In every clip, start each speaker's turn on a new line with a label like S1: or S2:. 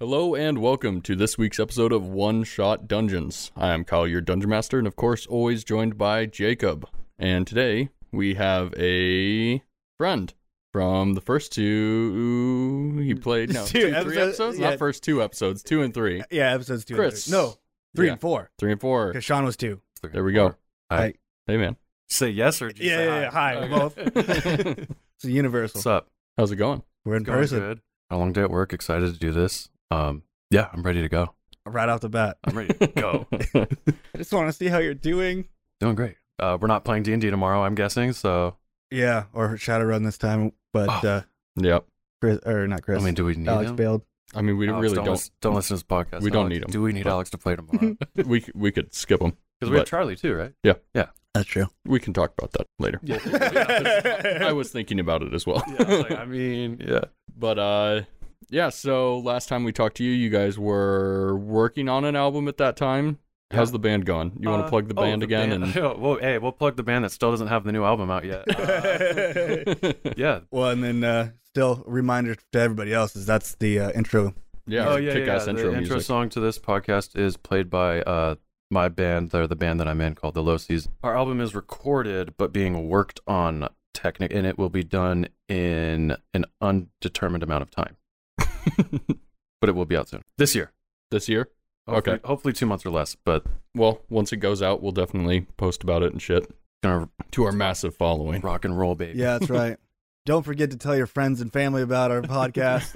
S1: Hello and welcome to this week's episode of One Shot Dungeons. I am Kyle, your dungeon master, and of course, always joined by Jacob. And today we have a friend from the first two he played. No,
S2: Two
S1: two, three
S2: episodes,
S1: episodes,
S2: yeah.
S1: not first two episodes, two and three,
S2: Yeah, episodes two
S1: Chris.
S2: and three. No, three
S1: Yeah.
S2: and four.
S1: three and four.
S2: Because Sean was two.
S1: There we go.
S3: Hi.
S1: Hey man,
S3: Say yes or just
S2: Yeah,
S3: say
S2: yeah, yeah. Hi, we're both. It's a universal.
S3: What's up?
S1: how's it going?
S2: We're in
S3: Going
S2: person
S3: good. How long day at work? Excited to do this. Um, yeah, I'm ready to go.
S2: right off the bat.
S3: I'm ready to go.
S2: I just want to see how you're doing.
S3: Doing great. Uh, we're not playing D and D tomorrow, I'm guessing. So
S2: Yeah, or Shadowrun this time, but
S3: Oh.
S2: uh,
S1: yep.
S2: Chris or not Chris.
S3: I mean, do we need
S2: Alex
S3: him?
S2: bailed.
S1: I mean, we
S3: Alex,
S1: really
S3: don't,
S1: don't.
S3: lis- don't listen to this podcast.
S1: We don't
S3: Alex,
S1: need him,
S3: Do we need
S1: but-
S3: Alex to play tomorrow?
S1: We c- we could skip them.
S3: Because we have
S1: But-
S3: Charlie too, right?
S2: That's true.
S1: We can talk about that later.
S3: Yeah.
S1: I was thinking about it as well.
S3: I, was like, I mean, yeah.
S1: But uh yeah, so last time we talked to you, you guys were working on an album at that time. How's
S3: Yeah.
S1: the band gone? You want to
S3: Uh,
S1: plug the
S3: oh,
S1: band again
S3: band- Oh, well, hey, we'll plug the band that still doesn't have the new album out yet. Uh,
S1: and
S3: yeah.
S2: well, and then uh, still reminder to everybody else is that's the uh, intro.
S1: yeah,
S3: oh yeah, yeah,
S1: kick-ass
S3: yeah.
S1: intro
S3: the
S1: music.
S3: intro song to this podcast is played by uh my band, they the band that I'm in called the Low Seas. Our album is recorded but being worked on technic, and it will be done in an undetermined amount of time, but it will be out soon this year.
S1: this year.
S3: Hopefully,
S1: Okay.
S3: hopefully two months or less, but
S1: Well, once it goes out, we'll definitely post about it and shit
S3: gonna
S1: to our massive following.
S3: rock and roll, baby.
S2: Yeah, that's right. Don't forget to tell your friends and family about our podcast.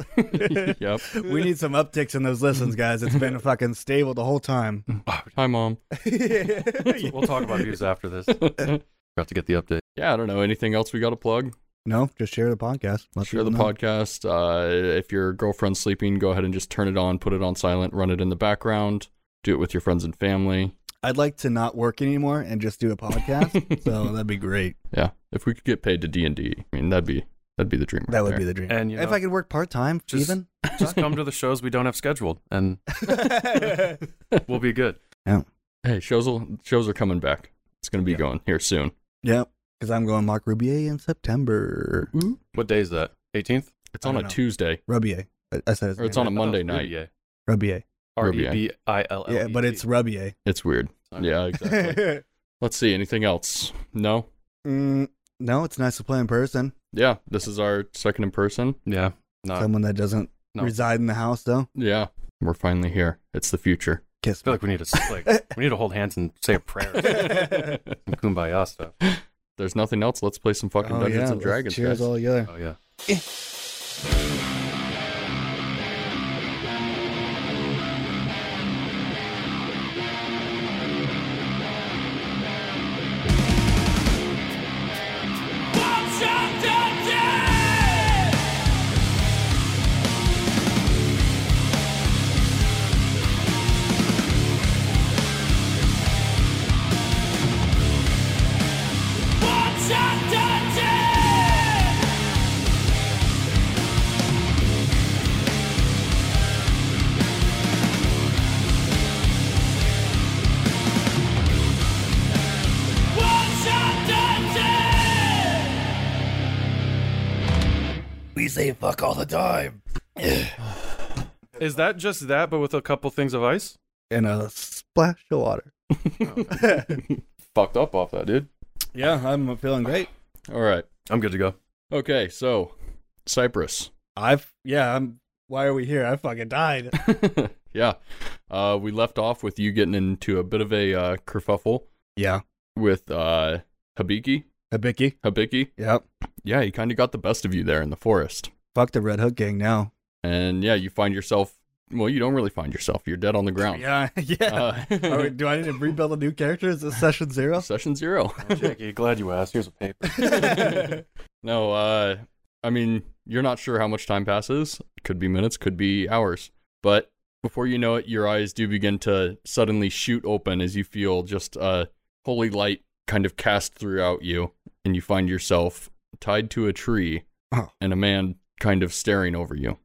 S1: yep.
S2: we need some upticks in those listens, guys. It's been fucking stable the whole time.
S1: Hi, mom.
S3: we'll talk about views after this.
S1: yeah,
S3: Forgot to get the update.
S1: I don't know. Anything else we got to plug?
S2: No, just share the podcast. Let
S1: share the
S2: people know.
S1: podcast. Uh, if your girlfriend's sleeping, go ahead and just turn it on, put it on silent, run it in the background. Do it with your friends and family.
S2: I'd like to not work anymore and just do a podcast. so that'd be great.
S1: Yeah, if we could get paid to D and D, I mean that'd be that'd be the dream.
S2: That would be the dream.
S3: And you know,
S2: if I could work part time,
S3: just-
S2: even.
S3: just come to the shows we don't have scheduled, and we'll be good.
S1: the hey shows. Will, shows are coming back. It's gonna be
S2: Yeah.
S1: going here soon.
S2: yep. Because I'm going Mark Rubier in September.
S3: What day is that? 18th.
S1: It's
S2: I
S1: on a
S2: don't know.
S1: Tuesday
S2: Rubier. I, I said his
S1: or
S2: name
S1: it's on a
S2: right.
S1: Monday
S3: That was
S1: night.
S3: Rubier.
S2: Rubier.
S3: R
S1: Ruby.
S3: E B I L L.
S2: Yeah, but it's Rubier.
S1: It's weird. Yeah, exactly. Let's see anything else. No.
S2: mm, no, it's nice to play in person.
S1: Yeah, this is our second in person.
S3: yeah.
S1: Uh,
S3: Not, I
S2: Someone that doesn't
S3: no.
S2: reside in the house, though.
S1: Yeah, we're finally here. It's the future.
S2: Kiss me.
S3: feel like we need to like we need to hold hands and say a prayer, some kumbaya stuff.
S1: There's nothing else. Let's play some fucking
S2: Oh,
S1: Dungeons
S2: yeah,
S1: and
S2: let's
S1: Dragons.
S2: Cheers
S1: guys. Uh,
S2: all together.
S3: Oh yeah. Is that just that, but with a couple things of ice?
S2: And a splash of water.
S3: Fucked up off that, dude.
S2: Yeah, I'm feeling great.
S1: All right.
S3: I'm good to go.
S1: Okay, so Cyprus.
S2: I've, yeah, I'm, why are we here? I fucking died.
S1: yeah. Uh, we left off with you getting into a bit of a uh, kerfuffle
S2: yeah.
S1: with uh, Habiki.
S2: Hibiki.
S1: Habiki.
S2: Yep.
S1: Yeah, he kind of got the best of you there in the forest.
S2: Fuck the Red Hook gang now.
S1: And yeah, you find yourself. Well, you don't really find yourself. You're dead on the
S3: Oh.
S1: ground.
S2: Yeah, yeah.
S1: Uh,
S2: Are we- do I need to rebuild a new character? Is this session zero?
S1: session zero.
S3: Oh, Jackie, glad you asked. Here's a paper.
S1: no, uh, I mean, you're not sure how much time passes. Could be minutes, could be hours. But before you know it, your eyes do begin to suddenly shoot open as you feel just a holy light kind of cast throughout you, and you find yourself tied to a tree
S2: Oh.
S1: and a man kind of staring over you.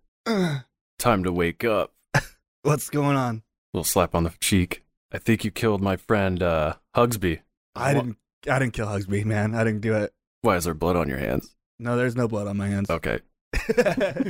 S3: Time to wake up.
S2: What's going on?
S3: Little slap on the cheek. I think you killed my friend uh, Hugsby.
S2: I didn't. I didn't kill Hugsby, man. I didn't do it.
S3: Why is there blood on your hands?
S2: No, there's no blood on my hands.
S3: Okay.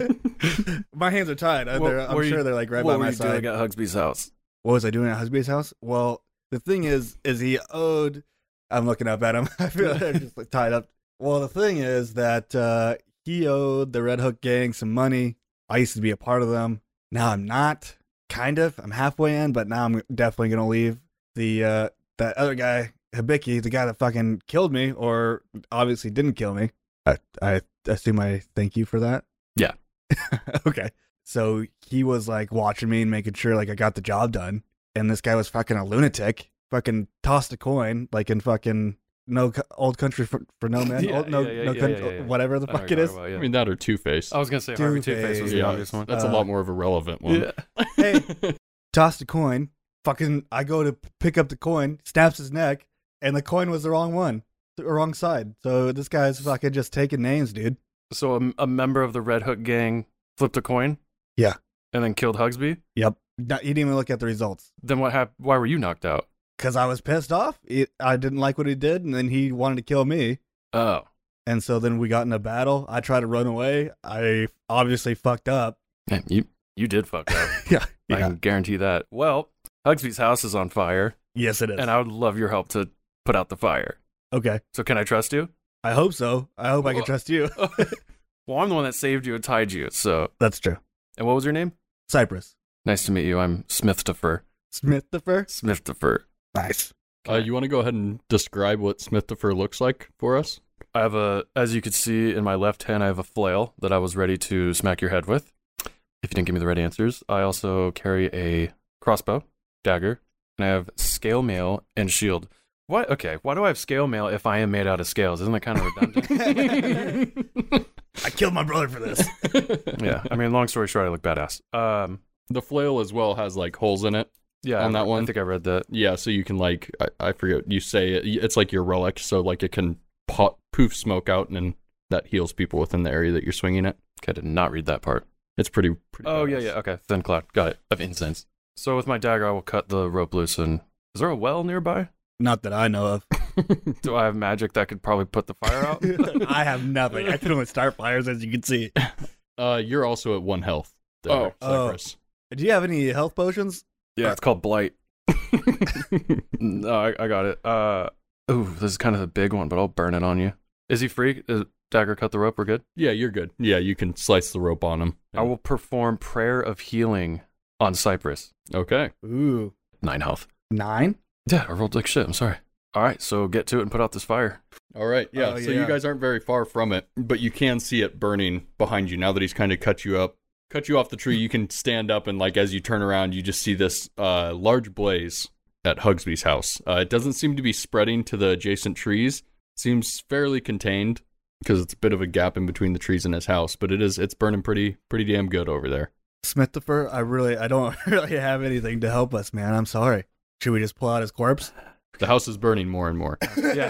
S2: my hands are tied. Uh,
S3: What
S2: they're- I'm
S3: were you-
S2: sure they're like right by
S3: what were
S2: my
S3: you
S2: side.
S3: doing at Hugsby's house?
S2: what was I doing at husband's house? Well, the thing is, is he owed. I'm looking up at him. I feel like I'm just like tied up. Well, the thing is that uh, he owed the Red Hook gang some money. I used to be a part of them. Now I'm not. Kind of. I'm halfway in, but now I'm definitely gonna leave. The uh, that other guy, Hibiki, the guy that fucking killed me, or obviously didn't kill me. I, I assume I thank you for that.
S3: Yeah.
S2: okay. So he was like watching me and making sure like I got the job done. And this guy was fucking a lunatic. Fucking tossed a coin like in fucking no co- old country for, for no man,
S3: Yeah,
S2: old, no,
S3: yeah, yeah,
S2: no
S3: yeah,
S2: coun-
S3: yeah, yeah.
S2: whatever the
S3: I know
S2: fuck it
S3: you're
S2: is.
S3: talking about, yeah.
S1: I mean, that or Two Face.
S3: I was gonna say Harvey Two
S2: Two-Face.
S3: Face was the
S1: Yeah.
S3: obvious one.
S1: That's a
S2: uh,
S1: lot more of a relevant one.
S3: Yeah.
S2: Hey, tossed a coin. Fucking, I go to p- pick up the coin, snaps his neck, and the coin was the wrong one, the wrong side. So this guy's fucking just taking names, dude.
S3: So a, a member of the Red Hook gang flipped a coin.
S2: Yeah.
S3: And then killed Hugsby.
S2: Yep. Not, he didn't even look at the results.
S3: Then what happened? Why were you knocked out?
S2: Cause I was pissed off. It, I didn't like what he did, and then he wanted to kill me.
S3: Oh,
S2: And so then we got in a battle. I tried to run away. I obviously fucked up.
S3: Man, you you did fuck up.
S2: Yeah.
S3: I can guarantee that. Well, Hugsby's house is on fire,
S2: Yes, it is.
S3: and I would love your help to put out the fire.
S2: okay.
S3: So can I trust you?
S2: I hope so. I hope I can
S3: Well-
S2: trust you.
S3: well, I'm the one that saved you and tied you. So,
S2: That's true.
S3: and what was your name?
S2: Cypress.
S3: Nice to meet you. I'm Smith Defer.
S2: Smith the fur.
S3: Smith Defer.
S2: Nice.
S1: Uh, you want to go ahead and describe what Smith the Fur looks like for us?
S3: I have a, as you could see in my left hand, I have a flail that I was ready to smack your head with. If you didn't give me the right answers, I also carry a crossbow, dagger, and I have scale mail and shield. What? Okay. Why do I have scale mail if I am made out of scales? Isn't that kind of redundant?
S2: I killed my brother for this.
S3: yeah. I mean, long story short, I look badass. Um.
S1: The flail as well has like holes in it.
S3: Yeah.
S1: On
S3: I-
S1: that one?
S3: I think I read that.
S1: Yeah, so you can like I, I forget you say it, it's like your relic, so like it can pot, poof smoke out and then that heals people within the area that you're swinging it.
S3: Okay, I did not read that part.
S1: It's pretty. pretty
S3: Oh yeah,
S1: badass.
S3: yeah. Okay, thin cloud. Got it. Of incense. So with my dagger, I will cut the rope loose. And is there a well nearby?
S2: Not that I know of.
S3: Do I have magic that could probably put the fire out?
S2: I have nothing. I can only start fires, as you can see.
S1: Uh, you're also at one health.
S3: Oh.
S2: Oh.
S1: Cypress.
S2: Do you have any health potions?
S3: yeah, it's called blight. No, I, I got it. Uh, ooh, this is kind of a big one, but I'll burn it on you. Is he free? Is dagger cut the rope? We're good.
S1: yeah, you're good. Yeah, you can slice the rope on him.
S3: I will perform prayer of healing on Cypress.
S1: Okay.
S2: Ooh,
S3: Nine health.
S2: nine.
S3: Yeah, I rolled like shit. I'm sorry. All right, so get to it and put out this fire.
S1: All right. Yeah.
S2: Oh,
S1: so
S2: yeah.
S1: you guys aren't very far from it, but you can see it burning behind you now that he's kind of cut you up, cut you off the tree. You can stand up and like as you turn around, you just see this uh, large blaze at Hugsby's house. Uh, it doesn't seem to be spreading to the adjacent trees. Seems fairly contained because it's a bit of a gap in between the trees and his house, but it is it's burning pretty pretty damn good over there.
S2: Smithifer, I really, I don't really have anything to help us, man. I'm sorry. Should we just pull out his corpse?
S1: The house is burning more and more
S3: Yeah,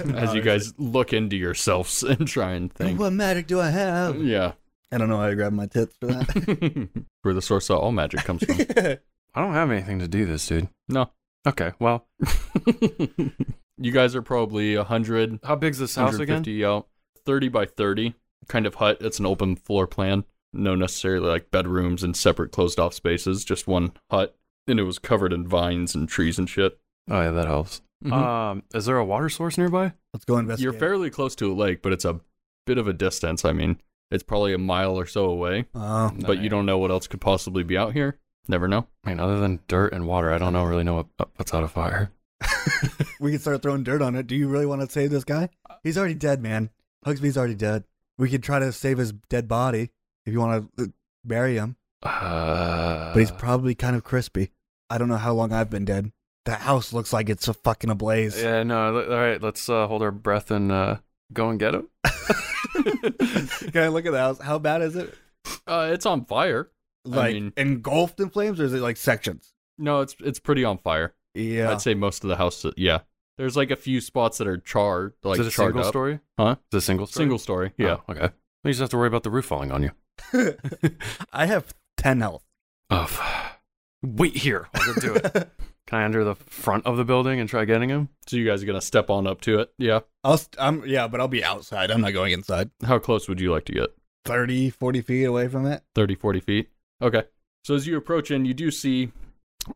S1: as you guys look into yourselves and try and think.
S2: What magic do I have?
S1: Yeah,
S2: I don't know how I grabbed my tits for that.
S1: where the source of all magic comes from.
S3: I don't have anything to do this, dude.
S1: No.
S3: Okay, well,
S1: you guys are probably 100,
S3: how big's this house again?
S1: 150 out, 30 by 30 kind of hut. It's an open floor plan. No necessarily like bedrooms and separate closed off spaces, just one hut. And it was covered in vines and trees and shit.
S3: Oh yeah, that helps.
S1: Uh,
S3: Um, is there a water source nearby?
S2: Let's go investigate.
S1: You're fairly close to a lake, but it's a bit of a distance. I mean, it's probably a mile or so away,
S2: Oh,
S1: but you don't know what else could possibly be out here. Never know.
S3: I mean, other than dirt and water, I don't know really know what uh, puts out a fire.
S2: we can start throwing dirt on it. Do you really want to save this guy? He's already dead, man. Hugsby's already dead. We could try to save his dead body if you want to uh, bury him,
S3: Uh,
S2: but he's probably kind of crispy. I don't know how long I've been dead. That house looks like it's a fucking ablaze.
S3: yeah, no. l- All right, let's uh, hold our breath and uh, go and get him.
S2: Can I look at the house? How bad is it?
S1: Uh, it's on fire.
S2: Like
S1: mean-
S2: engulfed in flames, or is it like sections?
S1: No, it's it's pretty on fire.
S2: Yeah.
S1: I'd say most of the house. Yeah, there's like a few spots that are charred, like
S3: Is it a
S1: charred
S3: single
S1: up.
S3: story?
S1: Huh?
S3: Is it a single story?
S1: Single story.
S3: Oh,
S1: Yeah.
S3: okay. You just have to worry about the roof falling on you.
S2: I have 10 health.
S3: Oh, f- wait here. I'll go do it. Can I enter the front of the building and try getting him?
S1: So you guys are gonna step on up to it. Yeah.
S2: I'll st- I'm yeah, but I'll be outside. I'm not going inside.
S1: How close would you like to get?
S2: 30, 40 feet away from it.
S1: 30, 40 feet. Okay. So as you approach in, you do see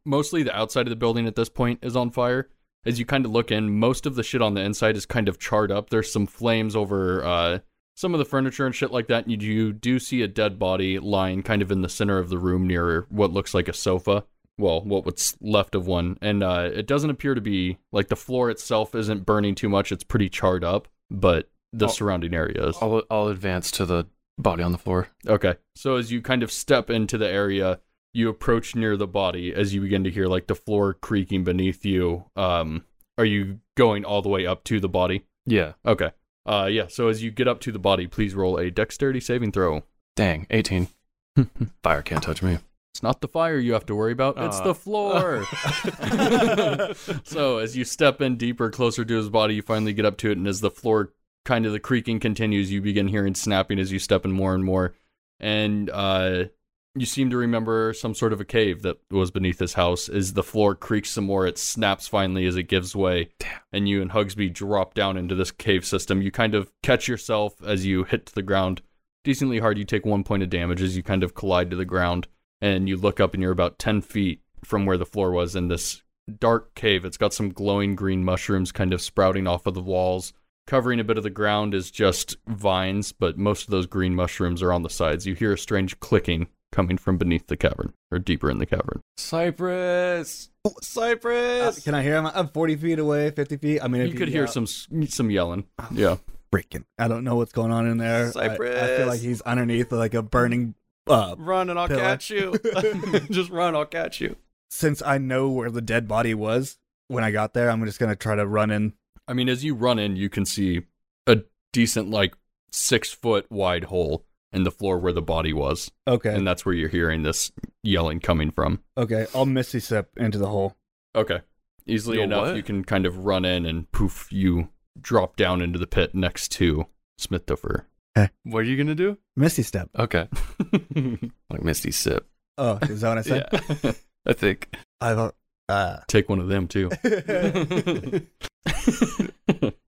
S1: mostly the outside of the building at this point is on fire. As you kind of look in, most of the shit on the inside is kind of charred up. There's some flames over uh, some of the furniture and shit like that. And you do, do see a dead body lying kind of in the center of the room near what looks like a sofa. Well, what what's left of one. And uh, it doesn't appear to be like the floor itself isn't burning too much. It's pretty charred up, but the
S3: Oh.
S1: surrounding area is.
S3: I'll I'll advance to the body on the floor.
S1: Okay. So as you kind of step into the area, you approach near the body as you begin to hear like the floor creaking beneath you. Um are you going all the way up to the body?
S3: Yeah.
S1: Okay. Uh yeah, so as you get up to the body, please roll a dexterity saving throw.
S3: Dang. 18. Fire can't touch me.
S1: It's not the fire you have to worry about, it's
S3: Uh.
S1: the floor. so as you step in deeper, closer to his body, you finally get up to it, and as the floor kind of the creaking continues, you begin hearing snapping as you step in more and more, and uh, you seem to remember some sort of a cave that was beneath this house. As the floor creaks some more, it snaps finally as it gives way, and you and Hugsby drop down into this cave system. You kind of catch yourself as you hit to the ground decently hard. You take one point of damage as you kind of collide to the ground, and you look up, and you're about ten feet from where the floor was in this dark cave. It's got some glowing green mushrooms kind of sprouting off of the walls. Covering a bit of the ground is just vines, but most of those green mushrooms are on the sides. You hear a strange clicking coming from beneath the cavern, or deeper in the cavern.
S3: Cypress.
S2: Uh,
S3: Cypress.
S2: can I hear him? I'm 40 feet away, 50 feet. I mean, if
S1: You could
S3: uh,
S1: hear
S2: yeah,
S1: some some yelling. Yeah.
S2: freaking. I don't know what's going on in there. I- I, feel
S3: Cypress.
S2: like he's underneath like a burning. Uh,
S3: Run and I'll
S2: Pillar.
S3: catch you. Just run, I'll catch you.
S2: since I know where the dead body was when I got there, I'm just gonna try to run in.
S1: I mean, as you run in, you can see a decent, like six foot wide hole in the floor where the body was,
S2: Okay,
S1: and that's where you're hearing this yelling coming from.
S2: okay. I'll misty step into the hole.
S1: Okay. Easily
S3: You'll
S1: enough,
S3: what?
S1: you can kind of run in and poof, you drop down into the pit next to Smithofer.
S3: What are you gonna do?
S2: Misty step.
S3: Okay. Like Misty Sip.
S2: Oh, is that what I said?
S1: yeah.
S3: I think.
S2: I've uh, uh.
S1: Take one of them too.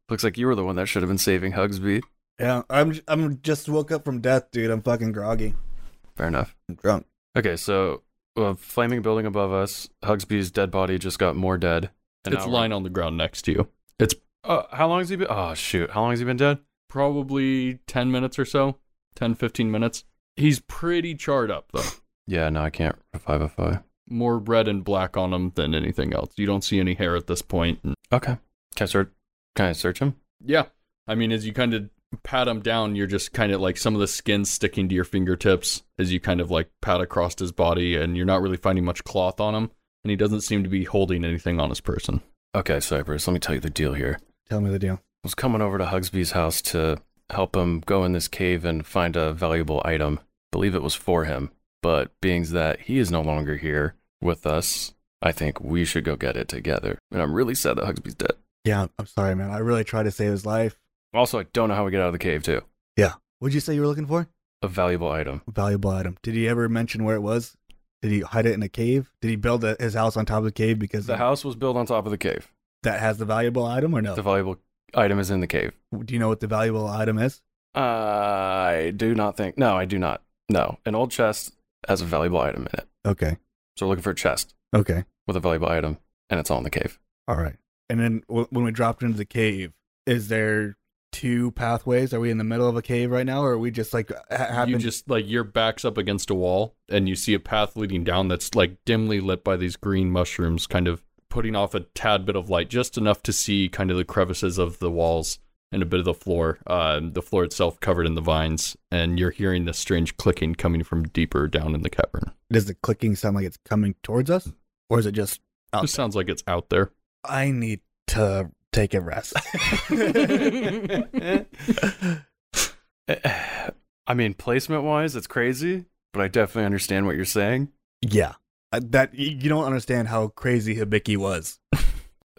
S3: Looks like you were the one that should have been saving Hugsby.
S2: yeah. I'm I'm just woke up from death, dude. I'm fucking groggy.
S3: Fair enough.
S2: I'm drunk.
S3: Okay, so a flaming building above us. Hugsby's dead body just got more dead. And
S1: it's
S3: now we're-
S1: lying on the ground next to you.
S3: Uh, how long has he been? Oh shoot! How long has he been dead?
S1: Probably 10 minutes or so, 10, 15 minutes. He's pretty charred up though.
S3: Yeah, no, I can't oh revive a foe.
S1: More red and black on him than anything else. You don't see any hair at this point. and-
S3: Okay. Can I search? Can I search him?
S1: Yeah. I mean, as you kind of pat him down, you're just kind of like some of the skin sticking to your fingertips as you kind of like pat across his body, and you're not really finding much cloth on him. And he doesn't seem to be holding anything on his person.
S3: Okay, Cypress. Let me tell you the deal here. I
S2: Tell me the deal.
S3: was coming over to Hugsby's house to help him go in this cave and find a valuable item. Believe it was for him, but being that he is no longer here with us, I think we should go get it together. And I'm really sad that Hugsby's dead.
S2: Yeah, I'm sorry, man. I really tried to save his life.
S3: Also, I don't know how we get out of the cave too.
S2: What'd you say you were looking for?
S3: A valuable item.
S2: A valuable item. Did he ever mention where it was? Did he hide it in a cave? Did he build a, his house on top of the cave because
S3: The house was built on top of the cave.
S2: that has the valuable item or no?
S3: The valuable item is in the cave.
S2: Do you know what the valuable item is?
S3: I do not think. No, I do not. No. An old chest has a valuable item in it.
S2: Okay.
S3: So we're looking for a chest
S2: Okay.
S3: with a valuable item, and it's all in the cave.
S2: All right. And then w- when we dropped into the cave, is there two pathways? Are we in the middle of a cave right now, or are we just like ha-
S1: You
S2: happened?
S1: just like your back's up against a wall, and you see a path leading down that's like dimly lit by these green mushrooms, kind of putting off a tad bit of light, just enough to see kind of the crevices of the walls and a bit of the floor. Uh, the floor itself covered in the vines, and you're hearing this strange clicking coming from deeper down in the cavern.
S2: Does the clicking sound like it's coming towards us, or is it just? out
S1: This sounds like it's out there.
S2: there? I need to take a rest.
S3: I mean, placement wise, it's crazy, but I definitely understand what you're saying.
S2: yeah, Uh, that you you don't understand how crazy Hibiki was.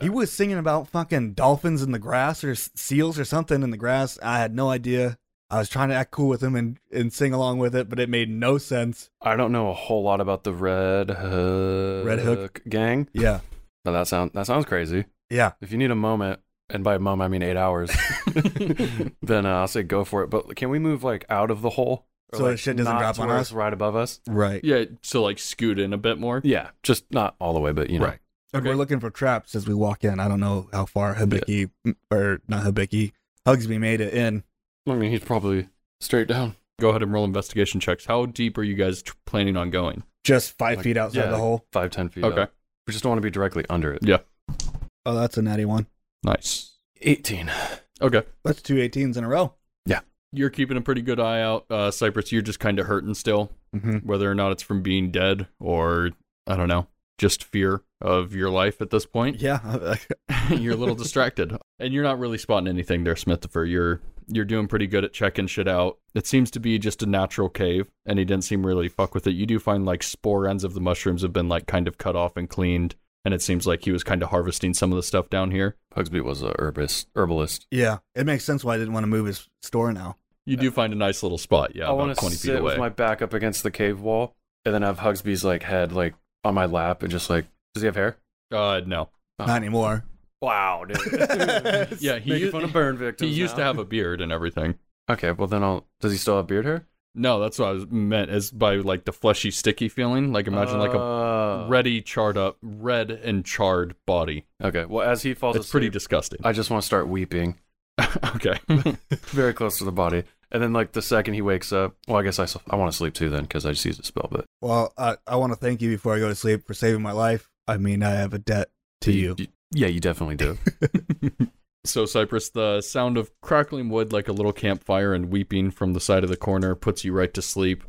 S2: He was singing about fucking dolphins in the grass or s- seals or something in the grass. I had no idea. I was trying to act cool with him and, and sing along with it, but it made no sense.
S3: I don't know a whole lot about the Red Hook,
S2: Red Hook.
S3: gang,
S2: Yeah.
S3: but that sound that sounds crazy.
S2: Yeah.
S3: If you need a moment, and by a moment I mean eight hours, then uh, I'll say go for it. But can we move like out of the hole? Or,
S2: So shit doesn't
S3: not
S2: drop
S3: to
S2: on
S3: where
S2: us?
S3: it's right above us.
S2: Right.
S1: Yeah, so like scoot in a bit more.
S3: Yeah, just not all the way, but you know.
S1: Right.
S2: And
S1: Okay.
S2: we're looking for traps as we walk in. I don't know how far Hibiki or not Hibiki, Hugsby made it in.
S3: I mean, he's probably straight down.
S1: Go ahead and roll investigation checks. How deep are you guys t- planning on going?
S2: Just five
S3: Like,
S2: feet outside
S3: yeah.
S2: the hole.
S3: Five, ten feet.
S1: Okay.
S3: up. We just don't want to be directly under it.
S1: Yeah.
S2: Oh, that's a natty one.
S1: Nice.
S3: 18.
S1: Okay.
S2: That's two 18s in a row.
S1: You're keeping a pretty good eye out, uh, Cypress. You're just kind of hurting still,
S2: Mm-hmm.
S1: whether or not it's from being dead or, I don't know, just fear of your life at this point.
S2: Yeah. uh,
S1: you're a little distracted and you're not really spotting anything there smithifer you're you're doing pretty good at checking shit out it seems to be just a natural cave and he didn't seem really fuck with it you do find like spore ends of the mushrooms have been like kind of cut off and cleaned and it seems like he was kind of harvesting some of the stuff down here
S3: Hugsby was a herbist, herbalist.
S2: yeah. It makes sense why I didn't want to move his store now.
S1: you do find a nice little spot yeah
S3: Uh, I want
S1: about
S3: to
S1: 20 feet
S3: sit
S1: away
S3: with my back up against the cave wall and then have Hugsby's like head like on my lap and just like, does he have hair?
S1: uh no
S3: Oh.
S2: Not anymore.
S3: Wow, dude.
S1: yeah he,
S3: Making
S1: used,
S3: fun of burn
S1: he
S3: victims.
S1: used to have a beard and everything
S3: Okay, well then I'll. Does he still have beard hair?
S1: no that's what i was meant as by like the fleshy sticky feeling like imagine like a
S3: a
S1: ready charred up red and charred body
S3: Okay, well as he falls
S1: it's pretty
S3: asleep,
S1: disgusting
S3: I just want to start weeping
S1: okay.
S3: very close to the body, and then like the second he wakes up, well I guess I, s- I want to sleep too then because I just used a spell, but
S2: Well, I, I want to thank you before I go to sleep for saving my life. I mean, I have a debt to you.
S3: yeah, you definitely do.
S1: so, Cypress, the sound of crackling wood like a little campfire and weeping from the side of the corner puts you right to sleep.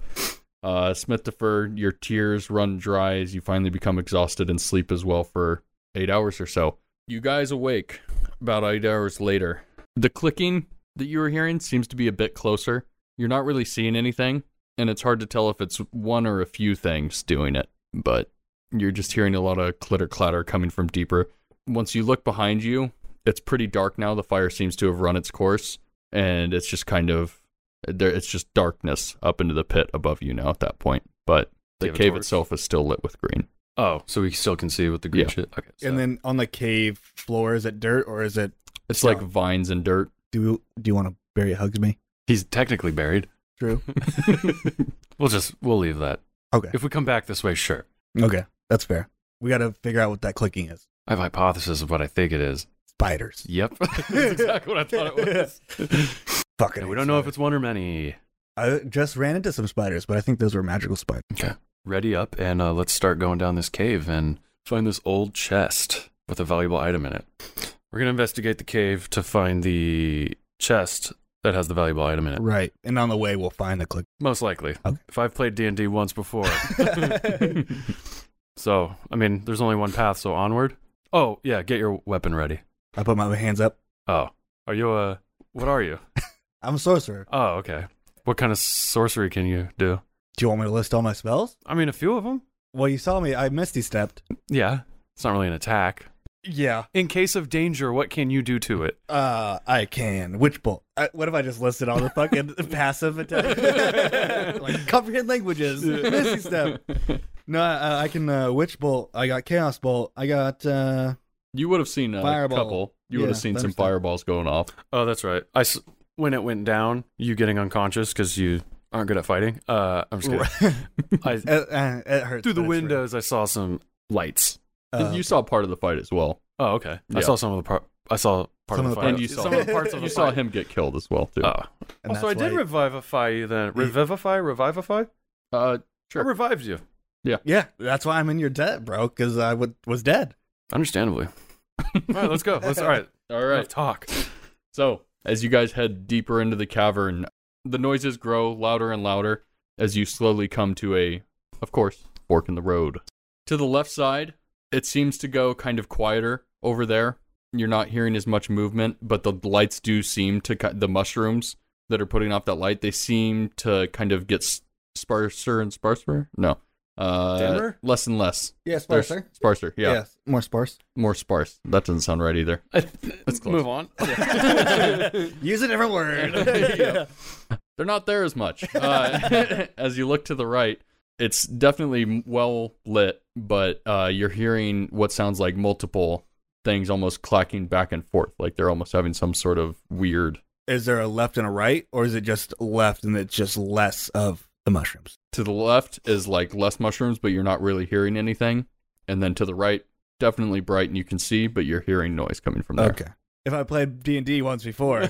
S1: Uh, Smithifer, your tears run dry as you finally become exhausted and sleep as well for eight hours or so. You guys awake about eight hours later. The clicking that you were hearing seems to be a bit closer. You're not really seeing anything, and it's hard to tell if it's one or a few things doing it, but you're just hearing a lot of clitter clatter coming from deeper. Once you look behind you, it's pretty dark now. The fire seems to have run its course, and it's just kind of there. It's just darkness up into the pit above you now at that point. But the
S3: Do you have a
S1: cave
S3: torch?
S1: itself is still lit with green.
S3: Oh, so we still can see with the green
S1: Yeah.
S3: shit. Okay, so-
S2: And then on the cave floor, is it dirt or is it?
S1: It's
S2: Yeah.
S1: like vines and dirt.
S2: Do you, do you want to bury Hugsby?
S3: he's technically buried.
S2: True.
S3: We'll just we'll leave that.
S2: Okay.
S3: If we come back this way, sure.
S2: Okay, that's fair. We got to figure out what that clicking is.
S3: I have a hypothesis of what I think it is.
S2: Spiders.
S3: Yep, that's exactly what I thought it was.
S2: Fucking.
S3: And we
S2: hate
S3: don't know if
S2: spiders.
S3: it's one or many.
S2: I just ran into some spiders, but I think those were magical spiders.
S3: ready up and uh, let's start going down this cave and find this old chest with a valuable item in it. We're going to investigate the cave to find the chest that has the valuable item in it.
S2: Right. And on the way, we'll find the click.
S3: Most likely.
S2: Okay.
S3: If I've played D&D once before. so, I mean, there's only one path, so onward. Oh, yeah, get your weapon ready.
S2: I put my hands up.
S3: Oh, are you a what are you?
S2: I'm a sorcerer.
S3: Oh, okay. What kind of sorcery can you do?
S2: Do you want me to list all my spells?
S3: I mean, a few of them.
S2: Well, you saw me. I misty stepped.
S3: Yeah. It's not really an attack.
S2: Yeah.
S3: In case of danger, what can you do to it?
S2: Uh, I can. Witch bolt. I, what if I just listed all the fucking passive attack? like comprehend languages. misty step. No, I, I can uh, witch bolt. I got chaos bolt. I got uh,
S1: You would have seen a
S2: Fireball.
S1: couple. You would
S2: Yeah,
S1: have seen some
S2: understand.
S1: fireballs going off.
S3: Oh, that's right. I s- when it went down, you getting unconscious because you aren't good at fighting. Uh, I'm just kidding. I,
S2: uh, uh, it hurts
S3: through
S2: but
S3: the
S2: it's
S3: windows, I saw some lights.
S2: real. Uh,
S1: you saw part of the fight as well,
S3: Oh, okay.
S1: Yeah.
S3: I saw some of the part. I saw part
S2: Some
S3: of
S2: of
S3: the
S2: the
S3: fight.
S1: and you saw
S3: some of the parts of the
S1: you saw
S3: fight.
S1: him get killed as well too.
S3: Oh.
S2: and
S3: Also, I
S2: that's
S3: did
S2: why-
S3: revivify you then. Revivify, revivify.
S1: Uh, Sure.
S3: I revived you.
S2: yeah, that's why I'm in your debt, bro. Because I would, was dead.
S3: Understandably. all right, let's go. Let's all right.
S1: all
S3: All right.
S1: right.
S3: Talk.
S1: So, as you guys head deeper into the cavern, the noises grow louder and louder as you slowly come to a, of course, fork in the road. To the left side, it seems to go kind of quieter over there. You're not hearing as much movement, but the lights do seem to, ki- the mushrooms that are putting off that light, they seem to kind of get s- sparser and sparser. No. Uh,
S3: Dimmer?
S1: Less and less.
S2: Yes,
S1: They're s- Sparser, yeah.
S2: Yes, more sparse.
S1: More sparse. That doesn't sound right either.
S3: Let's
S1: close.
S3: move on.
S2: Use a different
S1: Yeah. they're not there as much. Uh, as you look to the right, it's definitely well lit, but uh, you're hearing what sounds like multiple things almost clacking back and forth, like they're almost having some sort of weird
S2: is there a left and a right, or is it just left and it's just less of the mushrooms?
S1: to the left is like less mushrooms, but you're not really hearing anything. And then to the right, definitely bright and you can see, but you're hearing noise coming from there.
S2: Okay. If I played D and D once before,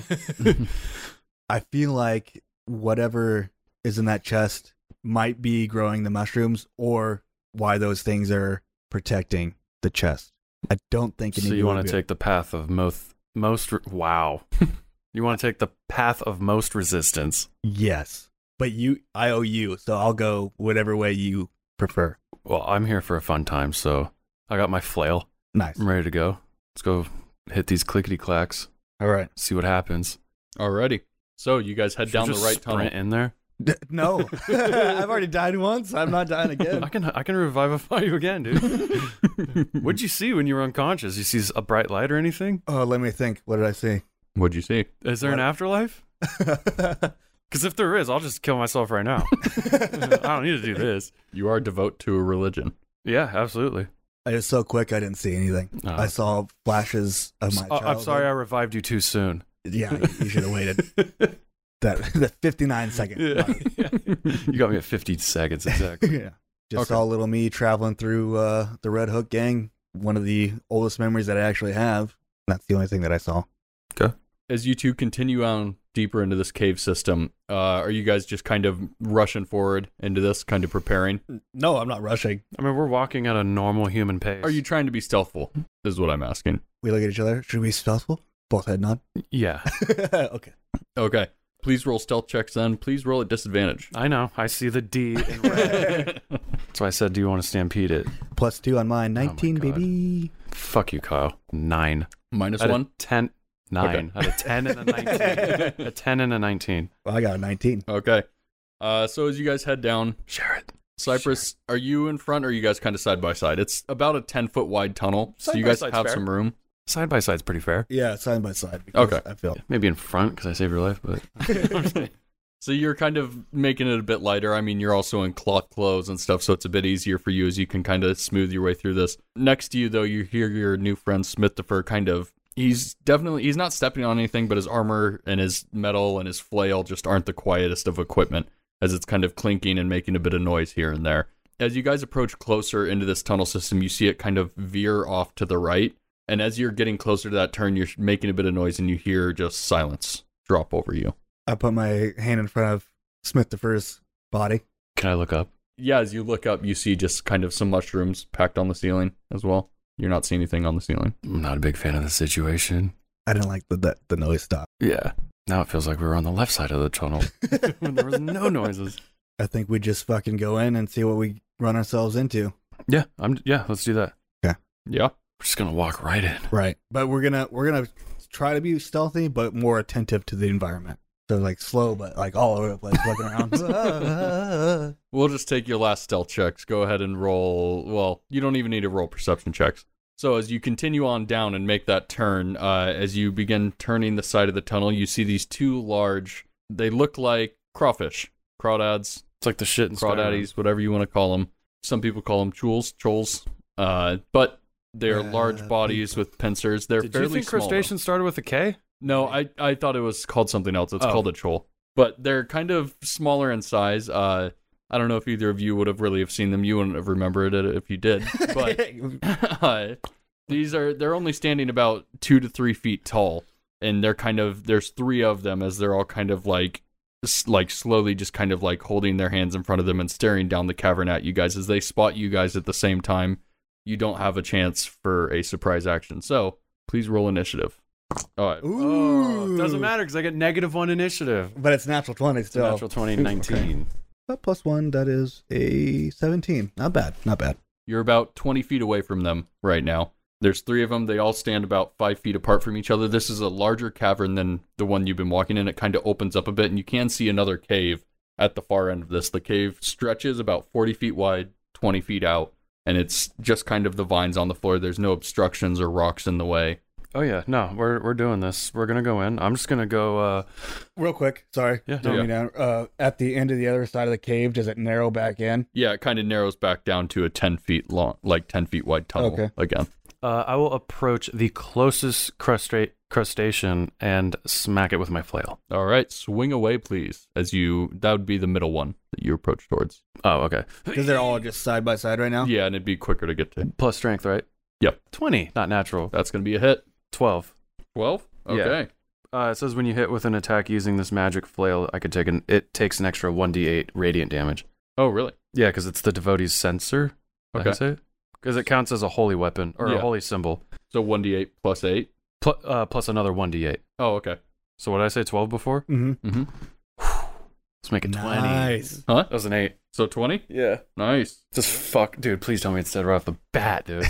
S2: I feel like whatever is in that chest might be growing the mushrooms, or why those things are protecting the chest. I don't think.
S3: So you want to take the path of most most re- wow. you want to take the path of most resistance.
S2: Yes, but you, I owe you, so I'll go whatever way you prefer.
S3: Well, I'm here for a fun time, so I got my flail.
S2: Nice.
S3: I'm ready to go. Let's go hit these clickety clacks.
S2: All right.
S3: See what happens.
S1: Alrighty. So you guys head
S3: Should
S1: down
S3: we
S1: the
S3: just
S1: right tunnel.
S3: sprint in there.
S2: D- no, I've already died once. I'm not dying
S3: I
S2: again.
S3: can I can revivify you again, dude. What'd you see when you were unconscious? You see a bright light or anything?
S2: Oh, let me think. What did I see?
S1: What'd you see?
S3: Is there an
S2: What?
S3: afterlife? Because if there is, I'll just kill myself right now. I don't need to do this.
S1: You are devout to a religion.
S3: Yeah, absolutely.
S2: I was so quick. I didn't see anything.
S3: Uh,
S2: I saw flashes of my.
S3: oh, I'm
S2: childhood.
S3: sorry I revived you too soon.
S2: Yeah, you should have waited. That the 59 second.
S3: Yeah.
S2: mark.
S3: You got me at 50 seconds exactly.
S2: yeah. Just
S1: Okay.
S2: saw little me traveling through uh, the Red Hook gang. One of the oldest memories that I actually have. That's the only thing that I saw.
S1: As you two continue on deeper into this cave system, uh, are you guys just kind of rushing forward into this, kind of preparing?
S2: No, I'm not rushing.
S3: I mean, we're walking at a normal human pace.
S1: Are you trying to be stealthful? Is what I'm asking.
S2: We look at each other. Should we be stealthful? Both head nod.
S3: Yeah,
S2: okay.
S1: Okay. Please roll stealth checks then. Please roll at disadvantage.
S3: I know. I see the D. in red. That's why I said, do you want to stampede it?
S2: Plus two on mine.
S3: Oh my
S2: 19,
S3: God.
S2: baby.
S3: Fuck you, Kyle. Nine.
S1: Minus
S3: Out of
S1: one.
S3: ten. Nine. Out of ten and a nineteen. a ten and a nineteen.
S2: Well, I got a 19.
S1: Okay. Uh, so as you guys head down,
S3: Share it.
S1: Cypress, are you in front or are you guys kind of side by side? It's about a 10 foot wide tunnel, so
S3: Side
S1: you
S3: by
S1: guys
S3: side's
S1: have
S3: fair.
S1: some room.
S3: Side by side's pretty fair.
S2: Yeah, side by side. because
S1: Okay.
S2: I feel.
S3: Maybe in front because I saved your life, but
S1: So you're kind of making it a bit lighter. I mean, you're also in cloth clothes and stuff, so it's a bit easier for you as you can kind of smooth your way through this. Next to you, though, you hear your new friend Smithifer kind of. He's definitely he's not stepping on anything, but his armor and his metal and his flail just aren't the quietest of equipment, as it's kind of clinking and making a bit of noise here and there. As you guys approach closer into this tunnel system, you see it kind of veer off to the right, and as you're getting closer to that turn, you're making a bit of noise, and you hear just silence drop over you.
S2: I put my hand in front of Smith the first body.
S3: can I look up?
S1: yeah, as you look up, you see just kind of some mushrooms packed on the ceiling as well. You're not seeing anything on the ceiling.
S3: I'm not a big fan of the situation.
S2: I didn't like the, the, the noise stop.
S3: Yeah. Now it feels like we were on the left side of the tunnel when there was no noises.
S2: I think we just fucking go in and see what we run ourselves into.
S3: Yeah, I'm. Yeah, let's do that.
S1: Yeah.
S3: We're just gonna walk right in.
S2: Right. But we're gonna we're gonna try to be stealthy but more attentive to the environment. So like slow but like all over the place looking around.
S1: We'll just take your last stealth checks. Go ahead and roll. Well, you don't even need to roll perception checks. So as you continue on down and make that turn, uh, as you begin turning the side of the tunnel, you see these two large. They look like crawfish, crawdads,
S3: It's like the shit in Skyrim.
S1: crawdaddies, whatever you want to call them. Some people call them chules, choles. Uh, but they're
S2: Uh,
S1: large bodies
S2: people.
S1: with pincers. They're
S3: Did
S1: fairly
S3: you think
S1: small, though.
S3: crustacean started with a K?
S1: No, I, I thought it was called something else. It's
S3: Oh.
S1: called a troll. But they're kind of smaller in size. Uh, I don't know if either of you would have really have seen them. You wouldn't have remembered it if you did. But uh, these are they're only standing about two to three feet tall, and they're kind of there's three of them as they're all kind of like s- like slowly just kind of like holding their hands in front of them and staring down the cavern at you guys as they spot you guys at the same time. You don't have a chance for a surprise action, so please roll initiative. All right.
S3: Oh,
S2: Ooh.
S3: doesn't matter because I get negative one initiative.
S2: But it's natural twenty
S3: It's a
S2: still.
S3: natural 20, 19.
S2: But plus one, that is a seventeen. Not bad. Not bad.
S1: You're about 20 feet away from them right now. There's three of them. They all stand about five feet apart from each other. This is a larger cavern than the one you've been walking in. It kind of opens up a bit, and you can see another cave at the far end of this. The cave stretches about 40 feet wide, 20 feet out, and it's just kind of the vines on the floor. There's no obstructions or rocks in the way.
S3: Oh yeah, no, we're we're doing this. We're gonna go in. I'm just gonna go. uh
S2: Real quick, sorry.
S3: Yeah,
S2: Don't
S1: yeah.
S2: mean to- uh, at the end of the other side of the cave, does it narrow back in?
S1: Yeah, it kind of narrows back down to a 10 feet long, like 10 feet wide tunnel
S2: Okay.
S1: again.
S3: Uh, I will approach the closest crustate crustacean and smack it with my flail.
S1: All right, swing away, please. As you, that would be the middle one that you approach towards.
S3: Oh, okay.
S2: Because they're all just side by side right now.
S1: Yeah, and it'd be quicker to get to.
S3: Plus strength, right?
S1: Yep.
S3: 20, not natural.
S1: That's gonna be a hit.
S3: 12.
S1: Twelve.
S3: Yeah.
S1: Okay.
S3: Uh, it says when you hit with an attack using this magic flail, I could take an. It takes an extra one d eight radiant damage.
S1: Oh, really?
S3: Yeah, because it's the devotee's sensor.
S1: Okay.
S3: Because it counts as a holy weapon or
S1: Yeah.
S3: a holy symbol,
S1: So one d eight plus eight.
S3: pl- uh, plus another one d eight.
S1: Oh, okay.
S3: So what did I say? Twelve before.
S2: Mm-hmm.
S1: Mm-hmm.
S3: Let's make it twenty.
S2: Nice.
S1: Huh?
S3: That was an eight.
S1: So twenty.
S3: Yeah.
S1: Nice.
S3: Just fuck, dude. Please tell me it's dead right off the bat, dude.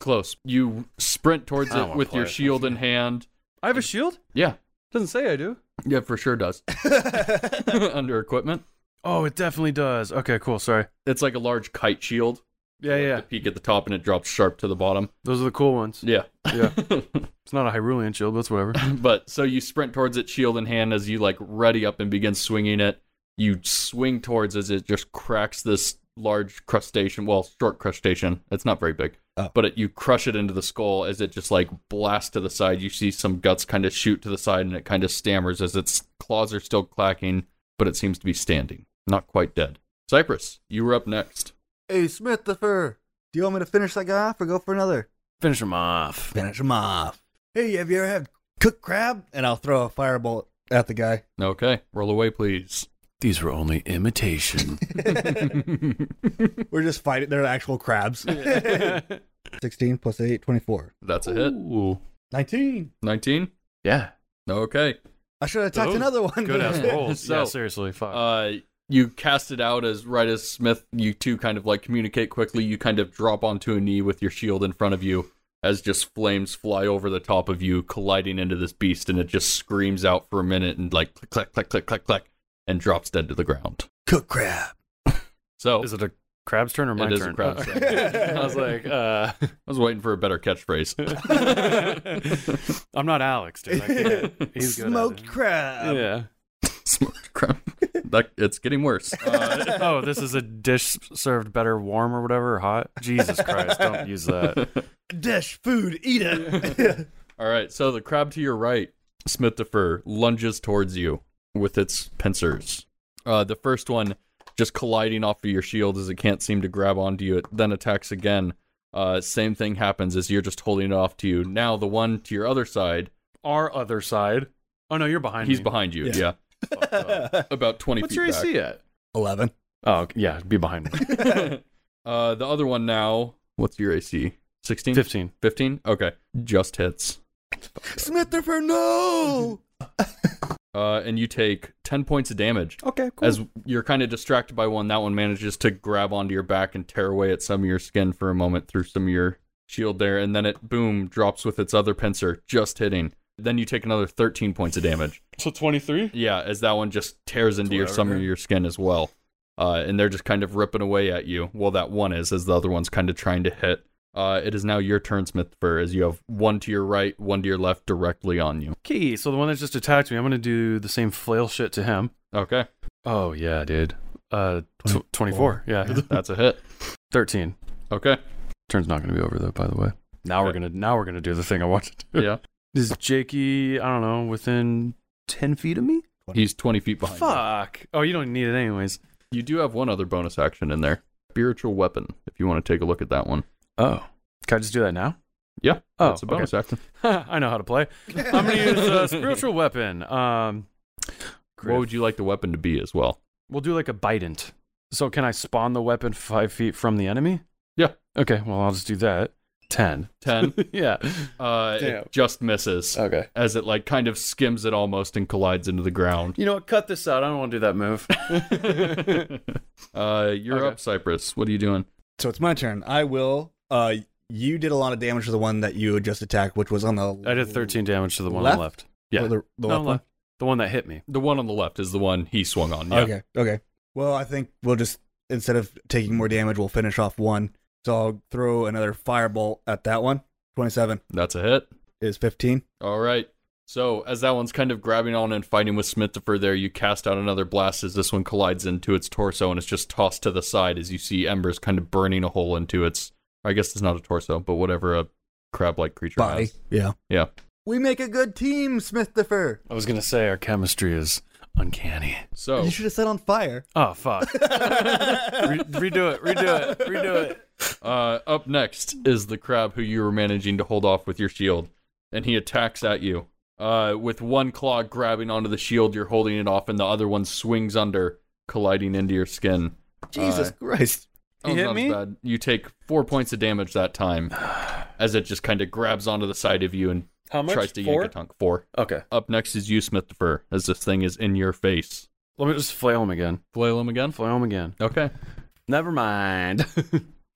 S1: Close. You sprint towards
S3: I don't
S1: it
S3: wanna
S1: with your
S3: play it.
S1: shield in hand.
S3: I have a shield.
S1: Yeah.
S3: Doesn't say I do.
S1: Yeah, for sure does. Under equipment,
S3: Oh, it definitely does. Okay, cool. Sorry.
S1: it's like a large kite shield.
S3: Yeah, yeah.
S1: The peak at the top and it drops sharp to the bottom.
S3: Those are the cool ones.
S1: Yeah.
S3: Yeah. It's not a Hyrulean shield, but it's whatever.
S1: but so you sprint towards it, shield in hand, as you like ready up and begin swinging it. You swing towards as it just cracks this large crustacean. Well, short crustacean. It's not very big,
S2: Oh.
S1: but it, you crush it into the skull as it just like blasts to the side. You see some guts kind of shoot to the side, and it kind of stammers as its claws are still clacking, but it seems to be standing, not quite dead. Cypress, you were up next.
S2: hey, Smith the Fur, do you want me to finish that guy off or go for another?
S3: Finish him off.
S2: Finish him off. Hey, have you ever had cooked crab? And I'll throw a firebolt at the guy.
S1: Okay, roll away, please.
S3: These were only imitation.
S2: We're just fighting. They're actual crabs. 16 plus 8, 24.
S1: That's a hit.
S2: 19.
S1: 19.
S3: Yeah.
S1: Okay.
S2: I should have attacked
S3: Those
S2: another one.
S3: Oh, Good ass rolls.
S1: So-
S3: yeah, seriously. Fuck.
S1: uh, you cast it out as right as Smith, you two kind of like communicate quickly. You kind of drop onto a knee with your shield in front of you as just flames fly over the top of you, colliding into this beast, and it just screams out for a minute and like click, click, click, click, click, click, and drops dead to the ground.
S2: Cooked crab.
S1: So
S3: uh, is it a crab's turn or my
S1: It is a
S3: turn?
S1: crab's
S3: Okay.
S2: turn.
S3: I was like, uh,
S1: I was waiting for a better catchphrase.
S3: I'm not Alex, dude. I can't. He's good at
S2: Smoked
S3: it.
S2: crab.
S3: Yeah.
S1: Smoked crumb. That, it's getting worse. Uh,
S3: oh, this is a dish served better warm or whatever, or hot. Jesus Christ, don't use that.
S2: Dish, food, eat it.
S1: all right, so the crab to your right, Smith the Fur, lunges towards you with its pincers. Uh, the first one just colliding off of your shield as it can't seem to grab onto you. It then attacks again. Uh, same thing happens as you're just holding it off to you. Now the one to your other side,
S3: Our other side. Oh no, you're behind.
S1: he's
S3: me.
S1: behind you.
S2: Yeah.
S1: Yeah,
S3: Fuck, uh,
S1: about twenty
S3: What's
S1: feet.
S3: your
S1: back.
S3: AC at?
S2: 11.
S3: Oh okay, yeah, be behind me.
S1: Uh, the other one now. What's your AC? 16?
S3: Fifteen.
S1: 15? Okay. Just hits.
S2: Smith the Fur, no.
S1: Uh, and you take 10 points of damage.
S2: Okay,
S1: As you're kind of distracted by one, that one manages to grab onto your back and tear away at some of your skin for a moment through some of your shield there. And then it, boom, drops with its other pincer, just hitting. Then you take another 13 points of damage.
S3: So twenty-three.
S1: Yeah, as that one just tears into your,
S3: Whatever,
S1: some of
S3: man.
S1: your skin as well. Uh, and they're just kind of ripping away at you. Well, that one is, as the other one's kind of trying to hit. Uh, it is now your turn, Smith Fur, as you have one to your right, one to your left directly on you.
S3: Okay, so the one that just attacked me, I'm gonna do the same flail shit to him.
S1: Okay,
S3: Oh yeah, dude. Uh, tw- 24. Yeah,
S1: that's a hit.
S3: 13.
S1: Okay,
S3: Turn's not gonna be over though. By the way, now we're
S1: Okay.
S3: gonna now we're gonna do the thing I wanted to do.
S1: yeah.
S3: Is Jakey? I don't know. Within 10 feet of me?
S1: He's 20 feet behind. you.
S3: Fuck. Oh, you don't need it anyways.
S1: You do have one other bonus action in there. Spiritual weapon, if you want to take a look at that one.
S3: Oh, can I just do that now?
S1: Yeah.
S3: Oh,
S1: that's a bonus action.
S3: I know how to play. I'm gonna use a spiritual weapon. Um,
S1: What would you like the weapon to be as well?
S3: We'll do like a bident. So can I spawn the weapon five feet from the enemy?
S1: Yeah.
S3: Okay. Well, I'll just do that. Ten.
S1: 10.
S3: yeah.
S1: Uh,
S3: Damn. Oh.
S1: it just misses
S3: Okay.
S1: as it like kind of skims it almost and collides into the ground.
S3: You know what? Cut this out. I don't want to do that move.
S1: Uh, you're
S3: Okay.
S1: up, Cypress. What are you doing?
S2: So it's my turn. I will. Uh, you did a lot of damage to the one that you had just attacked, which was on the.
S3: I did 13 damage to the one on
S2: Left?
S3: the left. Yeah.
S2: The, the
S3: No,
S2: left one?
S3: left. The one that hit me.
S1: The one on the left is the one he swung on. Yeah.
S2: Okay. Okay. Well, I think we'll just instead of taking more damage, we'll finish off one. So I'll throw another firebolt at that one. Twenty-seven
S1: That's a hit.
S2: is fifteen.
S1: All right. So as that one's kind of grabbing on and fighting with Smithifer there, you cast out another blast as this one collides into its torso and it's just tossed to the side as you see embers kind of burning a hole into its I guess it's not a torso, but whatever a crab like creature
S2: Body.
S1: has.
S2: Yeah.
S1: Yeah.
S2: We make a good team, Smith Defer.
S3: I was gonna say our chemistry is uncanny.
S1: So
S2: You should have set on fire.
S3: Oh fuck! Re- redo it. Redo it. Redo it.
S1: Uh, up next is the crab who you were managing to hold off with your shield, and he attacks at you. Uh, with one claw grabbing onto the shield, you're holding it off, and the other one swings under, colliding into your skin.
S2: Jesus Christ.
S1: Oh, That
S3: He
S1: was
S3: hit
S1: not as
S3: me?
S1: bad. You take four points of damage that time, as it just kind of grabs onto the side of you and
S3: How
S1: tries to
S3: Four?
S1: yank a tongue. Four.
S3: Okay.
S1: Up next is you, Smith Defer, as this thing is in your face.
S3: Let me just flail him again.
S1: Flail him again.
S3: Flail him again.
S1: Okay.
S3: Never mind.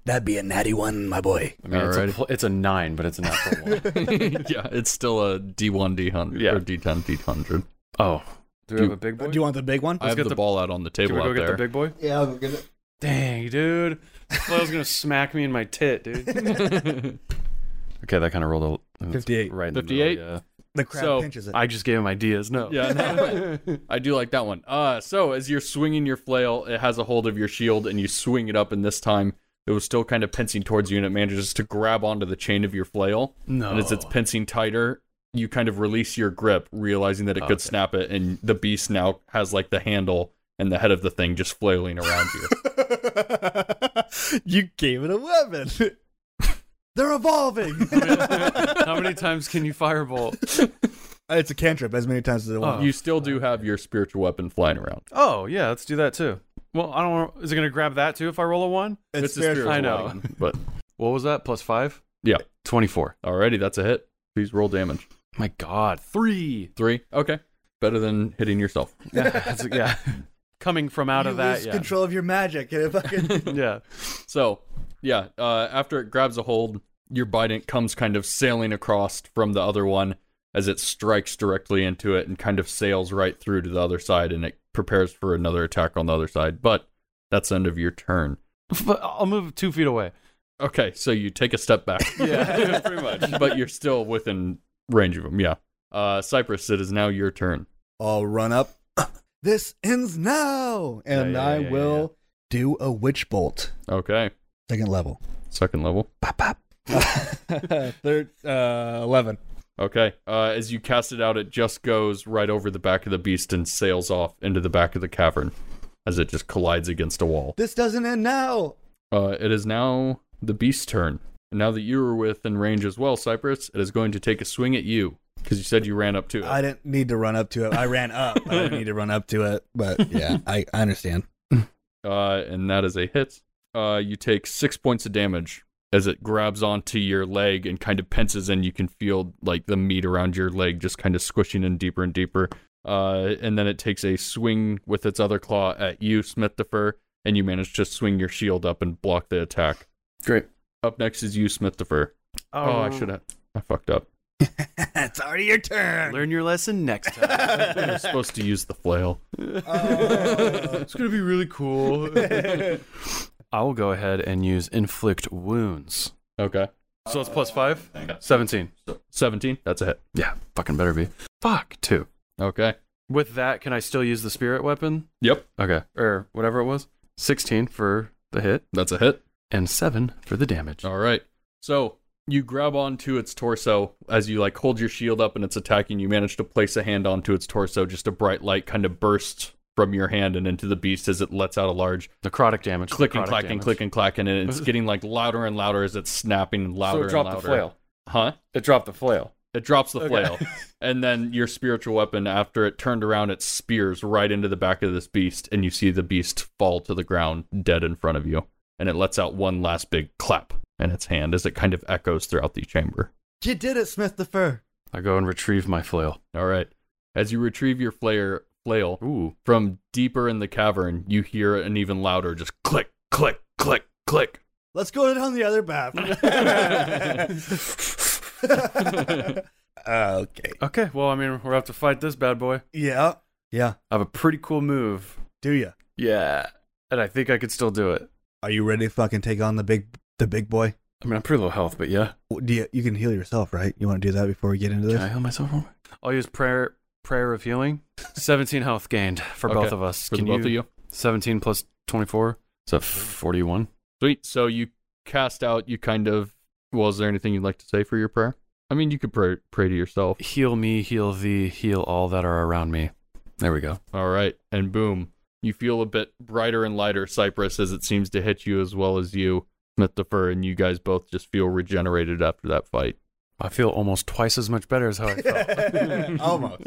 S2: That'd be a natty one, my boy.
S3: I mean, it's a,
S1: Alrighty.
S3: pl- it's a nine, but it's a natural one.
S1: yeah, it's still a D1, D100,
S3: Yeah.
S1: or D10, D100.
S3: Oh. Do we
S1: Do-
S3: have a big boy?
S2: Uh, Do you want the big one?
S1: I have
S3: get
S1: the,
S3: the-
S1: ball out on the
S3: Can
S1: table
S3: we
S1: out
S3: go get
S1: there.
S3: the big boy?
S2: yeah, I'll get it.
S3: Dang, dude. Flail's gonna smack me in my tit, dude. okay, that kind of rolled a that's
S2: 58.
S3: Right in the
S1: 58?
S3: middle, yeah.
S2: The crab
S1: So,
S2: pinches it.
S3: I just gave him ideas. No.
S1: Yeah, no, but I do like that one. Uh, so as you're swinging your flail, it has a hold of your shield, and you swing it up. And this time, it was still kind of pensing towards you, and it manages to grab onto the chain of your flail.
S3: No.
S1: And as it's pensing tighter, you kind of release your grip, realizing that it could
S3: Okay.
S1: snap it. And the beast now has like the handle and the head of the thing just flailing around you.
S2: you gave it a weapon. They're evolving.
S3: How many times can you firebolt?
S2: it's a cantrip as many times as I want.
S1: you still do have your spiritual weapon flying around.
S3: Oh yeah, let's do that too. Well, I don't. wanna- Is it gonna grab that too if I roll a one?
S1: It's a spiritual
S3: I know.
S1: weapon, but
S3: What was that? Plus five.
S1: Yeah.
S3: Twenty-four.
S1: alrighty, that's a hit. Please roll damage.
S3: My God, three.
S1: Three. Okay. Better than hitting yourself.
S3: Yeah, that's- yeah. Coming from out
S2: You
S3: of that.
S2: lose
S3: Yeah.
S2: control of your magic. And if I can...
S3: yeah.
S1: So, yeah, uh, after it grabs a hold, your Bident comes kind of sailing across from the other one as it strikes directly into it and kind of sails right through to the other side and it prepares for another attack on the other side. But that's the end of your turn.
S3: F- I'll move two feet away.
S1: Okay, so you take a step back.
S3: Yeah, pretty much.
S1: but you're still within range of them, yeah. Uh, Cypress, it is now your turn.
S2: I'll run up. This ends now. And
S3: yeah,
S2: I
S3: yeah, yeah,
S2: will do a witch bolt.
S1: Okay,
S2: Second level.
S1: second level.
S2: Third, uh, 11.
S1: Okay. Uh, as you cast it out, it just goes right over the back of the beast and sails off into the back of the cavern as it just collides against a wall.
S2: This doesn't end now.
S1: Uh, it is now the beast's turn. And now that you are within range as well, Cypress, it is going to take a swing at you because you said you ran up to it.
S2: I didn't need to run up to it. I ran up. I didn't need to run up to it. But yeah, I, I understand.
S1: Uh, and that is a hit. Uh, you take six points of damage as it grabs onto your leg and kind of pinches, and you can feel like the meat around your leg just kind of squishing in deeper and deeper. Uh, and then it takes a swing with its other claw at you, Smith the Fur, and you manage to swing your shield up and block the attack.
S3: Great. Um.
S1: Up next is you, Smith the Fur. Oh, I should have. I fucked up.
S2: it's already your turn.
S3: Learn your lesson next time.
S1: I'm supposed to use the flail.
S2: Oh.
S3: it's gonna be really cool. I will go ahead and use inflict wounds.
S1: Okay.
S3: So it's plus five. Seventeen.
S1: 17. That's a hit.
S3: Yeah, fucking better be. Fuck two.
S1: Okay.
S3: With that, can I still use the spirit weapon?
S1: Yep.
S3: Okay, or whatever it was. Sixteen for the hit
S1: That's a hit.
S3: and seven for the damage.
S1: All right. So you grab onto its torso as you like hold your shield up and it's attacking. You manage to place a hand onto its torso. Just a bright light kind of bursts from your hand and into the beast as it lets out a large
S3: Necrotic damage.
S1: click and
S3: necrotic
S1: clack and
S3: damage.
S1: click and clack, and it's getting like louder and louder as it's snapping and louder
S3: so it dropped
S1: and louder.
S3: the flail.
S1: Huh?
S3: It dropped the flail.
S1: It drops the
S3: Okay.
S1: flail. And then your spiritual weapon, after it turned around, it spears right into the back of this beast, and you see the beast fall to the ground dead in front of you. And it lets out one last big clap in its hand as it kind of echoes throughout the chamber.
S2: You did it, Smith the Fur.
S3: I go and retrieve my flail.
S1: All right. As you retrieve your flayer, flail
S3: Ooh.
S1: from deeper in the cavern, you hear an even louder just click, click, click, click.
S2: Let's go down the other path. okay.
S3: Okay, well, I mean, we're gonna have to fight this bad boy.
S2: Yeah. Yeah.
S3: I have a pretty cool move.
S2: Do ya?
S3: Yeah. And I think I could still do it.
S2: Are you ready to fucking take on the big the big boy?
S3: I mean, I'm pretty low health, but yeah.
S2: Well, Do you, you can heal yourself, right? You want to do that before we get into
S3: Can
S2: this?
S3: I heal myself? real quick? I'll use prayer prayer of healing. 17 health gained for both
S1: Okay,
S3: of us.
S1: For the both of you.
S3: 17 plus 24. So 41.
S1: Sweet. So you cast out, you kind of. Well, is there anything you'd like to say for your prayer? I mean, you could pray, pray to yourself.
S3: Heal me, heal thee, heal all that are around me. There we go.
S1: All right. And boom, you feel a bit brighter and lighter, Cypress, as it seems to hit you as well as you, Smith the Fur, and you guys both just feel regenerated after that fight.
S3: I feel almost twice as much better as how I felt.
S2: Almost.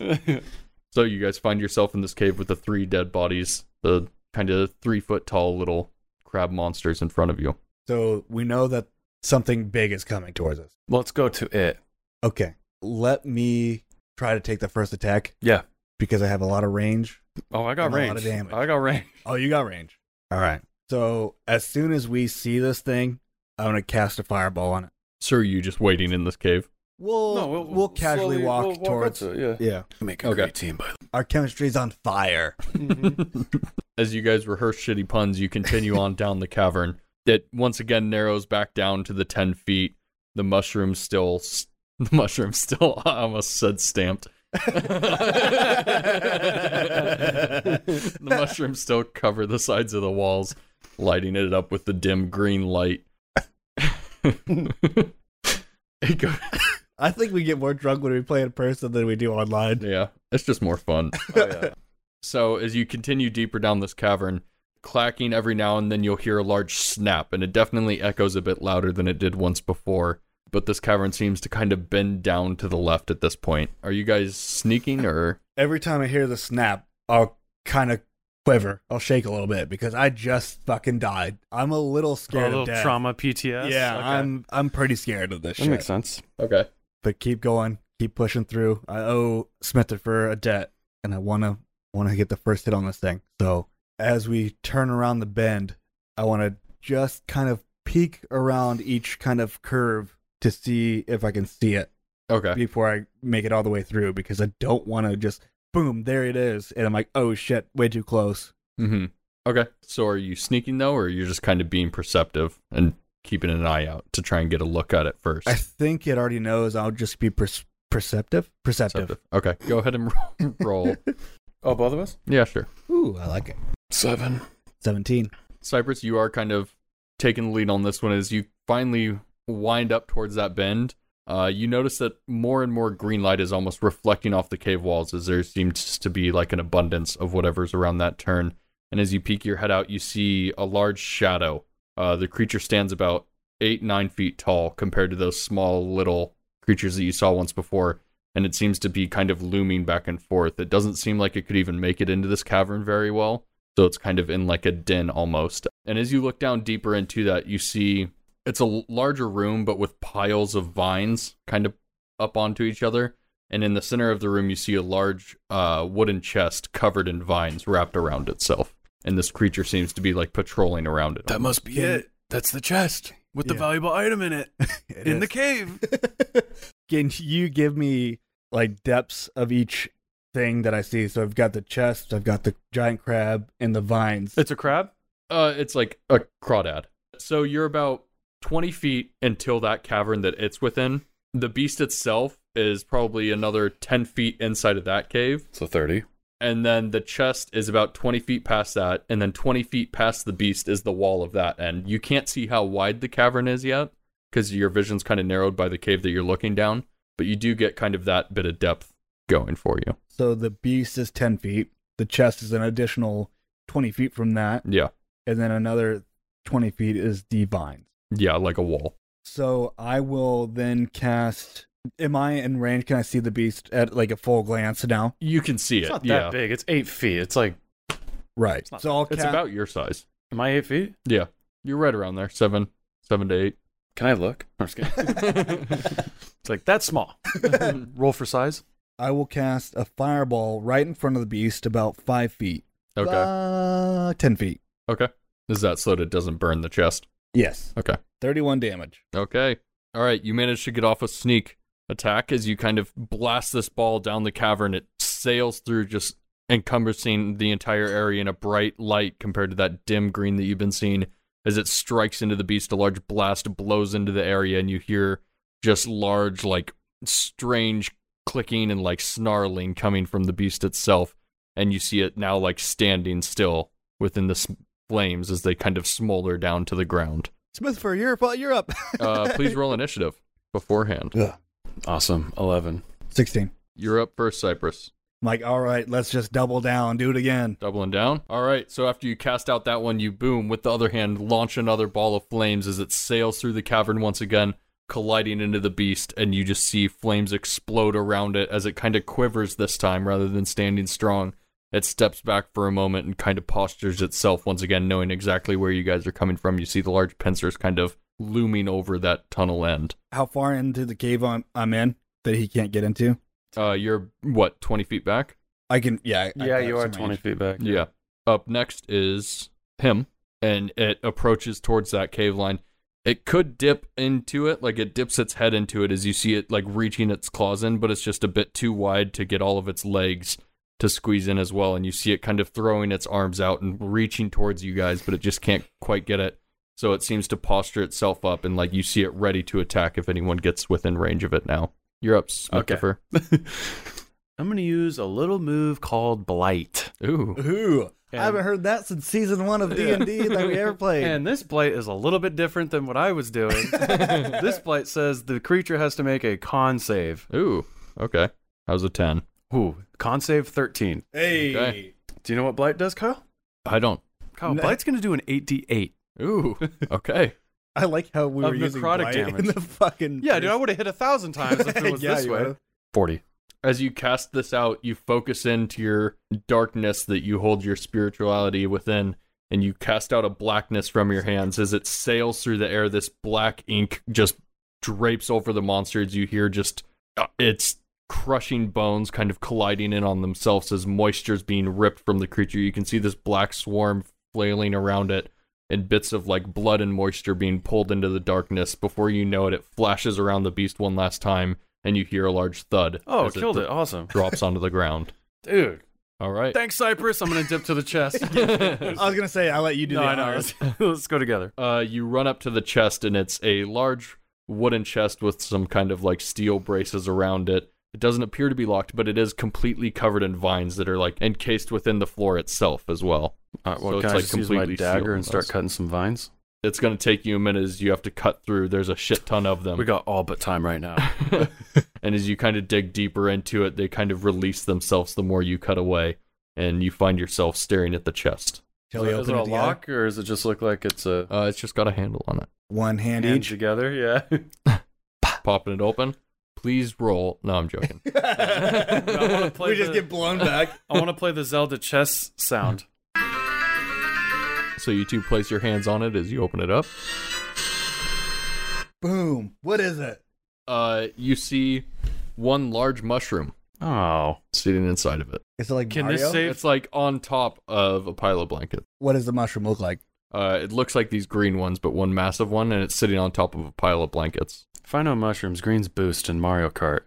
S1: so you guys find yourself in this cave with the three dead bodies, the kind of three foot tall little crab monsters in front of you.
S2: So we know that something big is coming towards us.
S3: Let's go to it.
S2: Okay. Let me try to take the first attack
S3: Yeah.
S2: because I have a lot of range.
S3: Oh, I got
S2: And a
S3: range.
S2: lot of damage.
S3: I got range.
S2: Oh, you got range. All right. So as soon as we see this thing, I'm gonna cast a fireball on it.
S1: So are you just waiting in this cave?
S2: We'll we'll, casually
S3: slowly-
S2: walk
S3: we'll up
S2: towards.
S3: to it, yeah.
S2: Yeah,
S3: Make a
S1: Okay.
S3: great team, by
S2: our chemistry's on fire.
S1: as you guys rehearse shitty puns, you continue on down the cavern that once again narrows back down to the 10 feet. The mushroom still, s- the mushroom still, I almost said stamped. the mushrooms still cover the sides of the walls, lighting it up with the dim green light. It go-
S2: I think we get more drunk when we play in person than we do online.
S1: yeah, it's just more fun.
S3: Oh, yeah.
S1: So as you continue deeper down this cavern, clacking every now and then you'll hear a large snap, and it definitely echoes a bit louder than it did once before. But this cavern seems to kind of bend down to the left at this point. Are you guys sneaking or
S2: Every time I hear the snap, I'll kind of quiver. I'll shake a little bit because I just fucking died. I'm a little
S3: Oh, a
S2: scared
S3: little
S2: of death.
S3: trauma PTS.
S2: Yeah,
S3: Okay.
S2: I'm I'm pretty scared of this
S3: That
S2: shit.
S3: makes sense.
S1: okay?
S2: But keep going, keep pushing through. I owe Smith for a debt, and I wanna wanna get the first hit on this thing. So as we turn around the bend, I wanna just kind of peek around each kind of curve to see if I can see it
S1: Okay.
S2: before I make it all the way through because I don't wanna just boom, there it is, and I'm like, oh shit, way too close.
S1: Mm-hmm. Okay. So are you sneaking though, or you're just kind of being perceptive and keeping an eye out to try and get a look at it first?
S2: I think it already knows I'll just be perce- perceptive. Perceptive.
S1: Perceptive. Okay. Go ahead and roll. roll.
S3: Oh, both of us?
S1: Yeah, sure.
S2: Ooh, I like it.
S3: Seven.
S2: Seventeen.
S1: Cypress, you are kind of taking the lead on this one as you finally wind up towards that bend. Uh, you notice that more and more green light is almost reflecting off the cave walls as there seems to be like an abundance of whatever's around that turn. And as you peek your head out, you see a large shadow. Uh, the creature stands about eight, nine feet tall compared to those small little creatures that you saw once before. And it seems to be kind of looming back and forth. It doesn't seem like it could even make it into this cavern very well. So it's kind of in like a den almost. And as you look down deeper into that, you see it's a l- larger room, but with piles of vines kind of up onto each other. And in the center of the room, you see a large uh, wooden chest covered in vines wrapped around itself. And this creature seems to be like patrolling around it.
S3: That must be
S2: Can-
S3: it. That's the chest with the
S2: Yeah.
S3: valuable item in it
S2: It
S3: in
S2: is.
S3: the cave.
S2: Can you give me like depths of each thing that I see? So I've got the chest, I've got the giant crab, and the vines.
S3: It's a crab.
S1: Uh, it's like a crawdad. So you're about 20 feet until that cavern that it's within. The beast itself is probably another 10 feet inside of that cave.
S3: So thirty.
S1: and then the chest is about 20 feet past that and then 20 feet past the beast is the wall of that end you can't see how wide the cavern is yet because your vision's kind of narrowed by the cave that you're looking down but you do get kind of that bit of depth going for you
S2: So the beast is 10 feet, the chest is an additional 20 feet from that,
S1: yeah
S2: and then another 20 feet is the vines.
S1: yeah like a wall
S2: So I will then cast. Am I in range? Can I see the beast at like a full glance now?
S1: you can see
S3: It's
S1: it
S3: not
S1: yeah
S3: that big. It's eight feet. It's like
S2: Right.
S3: not-
S2: So I'll
S1: it's
S2: ca-
S1: about your size
S3: am I eight feet?
S1: yeah you're right around there seven seven to eight
S3: Can I look? I'm just kidding. it's like that's small. Roll for size.
S2: I will cast a fireball right in front of the beast, about five feet.
S1: okay
S2: Uh, 10 feet.
S1: okay is that so that it doesn't burn the chest
S2: Yes.
S1: okay
S2: 31 damage.
S1: Okay. All right. You manage to get off a sneak attack as you kind of blast this ball down the cavern. It sails through, just encompassing the entire area in a bright light compared to that dim green that you've been seeing. As it strikes into the beast, a large blast blows into the area, and you hear just large, like, strange clicking and, like, snarling coming from the beast itself. And you see it now, like, standing still within the s- flames as they kind of smolder down to the ground
S2: Smithford, you're, you're up.
S1: uh, please roll initiative beforehand.
S2: Ugh.
S3: Awesome. 11.
S2: 16.
S1: You're up first, Cypress.
S2: I'm like, all right, let's just double down, do it again.
S1: Doubling down. All right. So after you cast out that one, you boom with the other hand, launch another ball of flames as it sails through the cavern once again, colliding into the beast, and you just see flames explode around it as it kind of quivers this time rather than standing strong. It steps back for a moment and kind of postures itself once again, knowing exactly where you guys are coming from. You see the large pincers kind of looming over that tunnel end.
S2: How far into the cave I'm, I'm in that he can't get into?
S1: Uh, you're what, 20 feet back?
S2: I can, yeah. I- I
S3: yeah,
S2: got
S3: you are
S2: some
S3: 20
S2: range.
S3: feet back.
S1: Yeah. Up next is him, and it approaches towards that cave line. It could dip into it, like it dips its head into it as you see it like reaching its claws in, but it's just a bit too wide to get all of its legs to squeeze in as well. And you see it kind of throwing its arms out and reaching towards you guys, but it just can't quite get it. So it seems to posture itself up, and like you see it ready to attack if anyone gets within range of it now. You're up,
S3: Okay.
S1: Smithifer.
S3: I'm going to use a little move called Blight.
S1: Ooh.
S2: Ooh,
S3: And-
S2: I haven't heard that since season one of D
S3: Yeah.
S2: and D that we ever played.
S3: And this blight is a little bit different than what I was doing. this blight says the creature has to make a con save.
S1: Ooh. Okay. How's a 10?
S3: Ooh, con save 13.
S2: hey,
S1: Okay.
S3: Do you know what blight does, Kyle?
S1: I don't.
S3: Kyle,
S2: No.
S3: blight's going to do an 8d8.
S1: Ooh. Okay.
S2: I like how we
S3: Of
S2: were using
S3: necrotic
S2: blight
S3: damage.
S2: in the fucking.
S3: Yeah, dude, I would have hit a thousand times if it was
S2: Yeah,
S3: this
S2: you
S3: way.
S2: would've.
S3: 40.
S1: As you cast this out, you focus into your darkness that you hold your spirituality within, and you cast out a blackness from your hands as it sails through the air. This black ink just drapes over the monsters. You hear just uh, its crushing bones kind of colliding in on themselves as moisture's being ripped from the creature. You can see this black swarm flailing around it. and bits of like blood and moisture being pulled into the darkness. Before you know it, it flashes around the beast one last time, and you hear a large thud.
S3: Oh,
S1: as
S3: killed
S1: dro-
S3: it. Awesome.
S1: drops onto the ground.
S3: Dude,
S1: All right.
S3: thanks, Cypress. I'm going to dip to the chest.
S2: I was gonna say I'll let you do
S3: no,
S2: the
S3: I know.
S2: honors.
S3: Let's, let's go together.
S1: Uh, you run up to the chest, and it's a large wooden chest with some kind of like steel braces around it. It doesn't appear to be locked, but it is completely covered in vines that are like encased within the floor itself as well.
S3: All right,
S1: So
S3: well,
S1: it's,
S3: can I
S1: like,
S3: just use my
S1: completely
S3: dagger
S1: sealed
S3: and start
S1: us.
S3: cutting some vines?
S1: It's going to take you a minute as you have to cut through. There's a shit ton of them.
S3: We got all but time right now.
S1: and as you kind of dig deeper into it, they kind of release themselves the more you cut away, and you find yourself staring at the chest.
S2: Shall we
S3: is it
S2: open
S3: a
S2: it together?
S3: lock, or does it just look like it's a
S1: Uh, it's just got a handle on it.
S2: One hand
S3: hand
S2: each.
S3: together? Yeah.
S1: Popping it open. Please roll. No, I'm joking.
S3: wanna play
S2: we just
S3: the-
S2: get blown back.
S3: I want to play the Zelda chess sound.
S1: so you two place your hands on it as you open it up.
S2: Boom. What is it?
S1: Uh, you see one large mushroom
S3: Oh,
S1: sitting inside of it.
S2: Is it like
S3: Can
S2: Mario?
S3: this save-
S1: It's like on top of a pile of blankets.
S2: What does the mushroom look like?
S1: Uh, it looks like these green ones, but one massive one, and it's sitting on top of a pile of blankets.
S3: if I know mushrooms, greens boost in Mario Kart.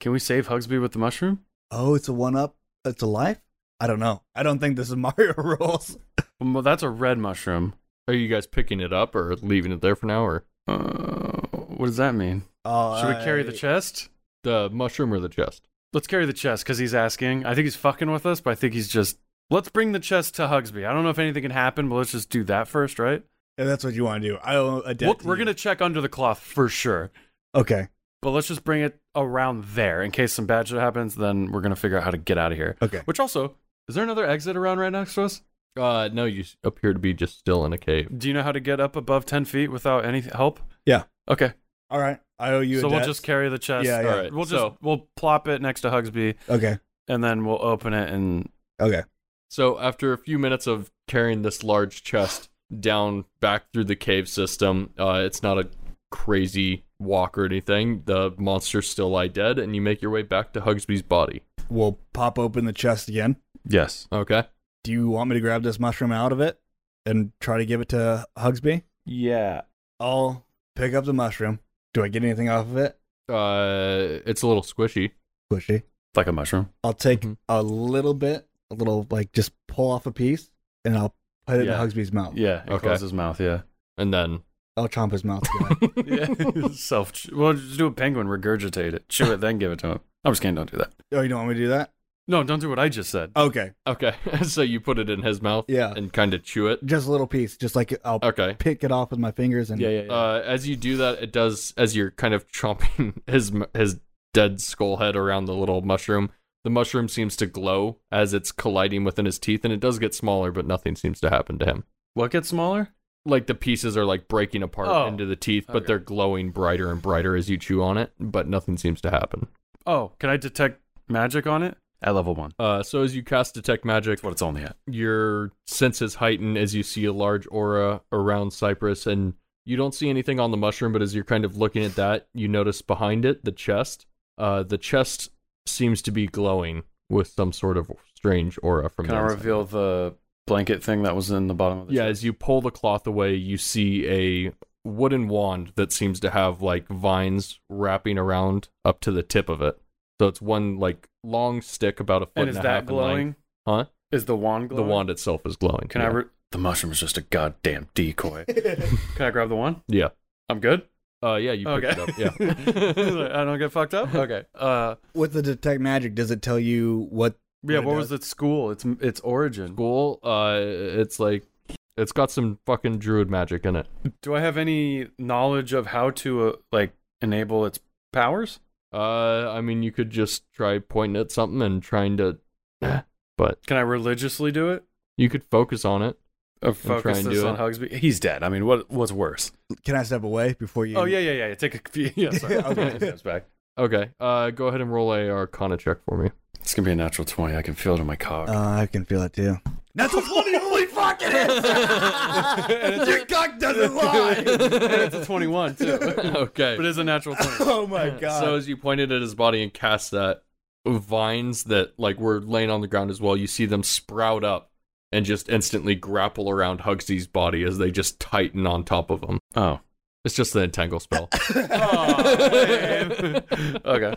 S3: Can we save Hugsby with the mushroom?
S2: Oh, it's a one up. It's a life. I don't know. I don't think this is Mario rules.
S3: Well, that's a red mushroom.
S1: Are you guys picking it up or leaving it there for now, or
S3: Uh, what does that mean?
S2: Oh,
S3: Should we carry the
S2: I-
S3: chest?
S1: the mushroom or the chest?
S3: Let's carry the chest because he's asking. I think he's fucking with us, but I think he's just. Let's bring the chest to Hugsby. I don't know if anything can happen, but let's just do that first, right?
S2: If that's what you want to do. I don't. a debt
S3: We'll,
S2: to
S3: we're
S2: you.
S3: gonna check under the cloth for sure,
S2: Okay.
S3: but let's just bring it around there in case some bad shit happens. Then we're gonna figure out how to get out of here.
S2: Okay.
S3: Which also, is there another exit around right next to us?
S1: Uh, no, you s- appear to be just still in a cave.
S3: Do you know how to get up above 10 feet without any help?
S2: Yeah.
S3: Okay.
S2: All right. I owe you.
S3: so
S2: a
S3: we'll
S2: debt.
S3: just carry the chest.
S2: Yeah, yeah.
S1: All right,
S3: We'll just
S1: so-
S3: we'll plop it next to Hugsby
S2: Okay.
S3: and then we'll open it and
S2: Okay.
S1: So after a few minutes of carrying this large chest down back through the cave system, uh, it's not a crazy walk or anything. The monsters still lie dead, and you make your way back to Hugsby's body.
S2: We'll pop open the chest again.
S3: yes.
S1: Okay.
S2: Do you want me to grab this mushroom out of it and try to give it to Hugsby?
S3: Yeah.
S2: I'll pick up the mushroom. Do I get anything off of it?
S1: Uh, it's a little squishy.
S2: Squishy.
S3: Like a mushroom.
S2: I'll take
S3: Mm-hmm.
S1: Mhm.
S2: a little bit, a little like just pull off a piece, and I'll put it
S1: Yeah.
S2: in Hugsby's mouth.
S3: Yeah. It
S1: Okay.
S3: closes his mouth, yeah.
S1: And then
S2: I'll chomp his mouth. dry.
S3: yeah. Self well just do a penguin, regurgitate it, chew it, then give it to him. I'm just kidding, don't do that.
S2: oh, you don't want me to do that?
S3: No, don't do what I just said.
S2: Okay.
S1: okay, so you put it in his mouth
S2: Yeah.
S1: and kind of chew it.
S2: Just a little piece. Just like I'll
S1: Okay.
S2: pick it off with my fingers and
S3: yeah, yeah, yeah.
S1: Uh, as you do that, it does as you're kind of chomping his m- his dead skull head around the little mushroom. The mushroom seems to glow as it's colliding within his teeth, and it does get smaller, but nothing seems to happen to him.
S3: What gets smaller?
S1: Like the pieces are like breaking apart
S3: Oh,
S1: into the teeth, but
S3: okay.
S1: they're glowing brighter and brighter as you chew on it, but nothing seems to happen.
S3: Oh, can I detect magic on it? At level one.
S1: Uh, so as you cast Detect Magic,
S3: That's what it's only at.
S1: your senses heighten as you see a large aura around Cyprus, and you don't see anything on the mushroom, but as you're kind of looking at that, you notice behind it the chest. Uh, the chest seems to be glowing with some sort of strange aura from
S3: Can
S1: the
S3: I
S1: inside.
S3: reveal the blanket thing that was in the bottom of the
S1: Yeah,
S3: chest?
S1: as you pull the cloth away, you see a wooden wand that seems to have like vines wrapping around up to the tip of it. So it's one like long stick about a foot
S3: And
S1: and,
S3: is
S1: a half
S3: that
S1: in length.
S3: glowing?
S1: Huh?
S3: Is the wand glowing?
S1: The wand itself is glowing.
S3: Can I? Re- the mushroom is just a goddamn decoy. Can I grab the wand?
S1: Yeah.
S3: I'm good.
S1: Uh, yeah, you picked it up. Yeah.
S3: I don't get fucked up. Okay. Uh,
S2: With the detect magic, does it tell you what?
S3: yeah.
S2: What it
S3: What was its school? Its its origin.
S1: School, uh, it's like, it's got some fucking druid magic in it.
S3: Do I have any knowledge of how to uh, like enable its powers?
S1: Uh, I mean, you could just try pointing at something and trying to, but
S3: Can I religiously do it?
S1: you could focus on it.
S3: Or
S1: try
S3: focus
S1: and
S3: this
S1: do
S3: on
S1: it.
S3: Hugsby? He's dead. I mean, what what's worse?
S2: Can I step away before you?
S3: Oh yeah, yeah, yeah. yeah. Take a few. Yeah, sorry.
S2: Okay.
S3: He steps back.
S1: Okay. Uh, go ahead and roll a Arcana check for me.
S3: It's gonna be a natural twenty. I can feel it in my cog.
S2: Uh, I can feel it too. That's a funny. Holy fuck! It
S3: And
S2: is.
S3: it's-
S2: Your cock doesn't
S3: and
S2: lie.
S3: it's a twenty-one too, but
S1: okay.
S3: it's a natural twenty.
S2: oh my god.
S1: So as you pointed at his body and cast that vines that like were laying on the ground as well, you see them sprout up and just instantly grapple around Hugsy's body as they just tighten on top of him.
S3: Oh.
S1: It's just the entangle spell.
S3: okay.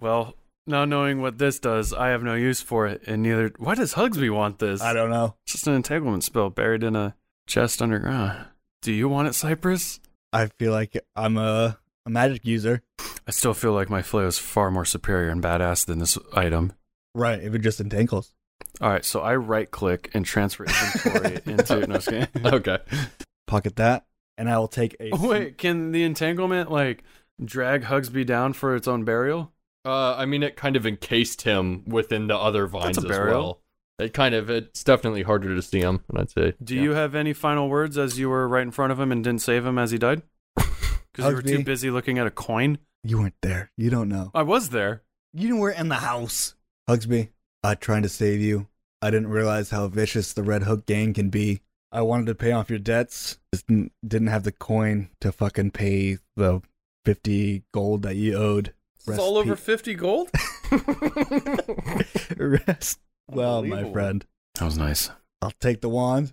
S3: Well, now knowing what this does, I have no use for it, and neither. Why does Hugsby want this?
S2: I don't know.
S3: It's just an entanglement spell buried in a chest underground. Do you want it, Cypress?
S2: I feel like I'm a, a magic user.
S3: I still feel like my flail is far more superior and badass than this item.
S2: Right. If it just entangles.
S3: All right, so I right click and transfer inventory into. No, I'm just kidding.
S1: okay.
S2: Pocket that, and I will take a.
S3: Oh, Wait, can the entanglement like drag Hugsby down for its own burial?
S1: Uh, I mean, it kind of encased him within the other vines
S3: a
S1: as
S3: burial.
S1: well. It kind of it's definitely harder to see him, and I'd say.
S3: Do
S1: yeah.
S3: you have any final words as you were right in front of him and didn't save him as he died? Because you were too
S2: Hugsby.
S3: busy looking at a coin.
S2: You weren't there. You don't know.
S3: I was there.
S2: You were in the house. Hugsby, I trying to save you. I didn't realize how vicious the Red Hook gang can be. I wanted to pay off your debts. Just didn't, didn't have the coin to fucking pay the 50 gold that you owed. Rest pe-
S3: 50 gold?
S2: Rest. Well, my
S3: Unbelievable.
S2: friend,
S3: That was nice.
S2: I'll take the wand.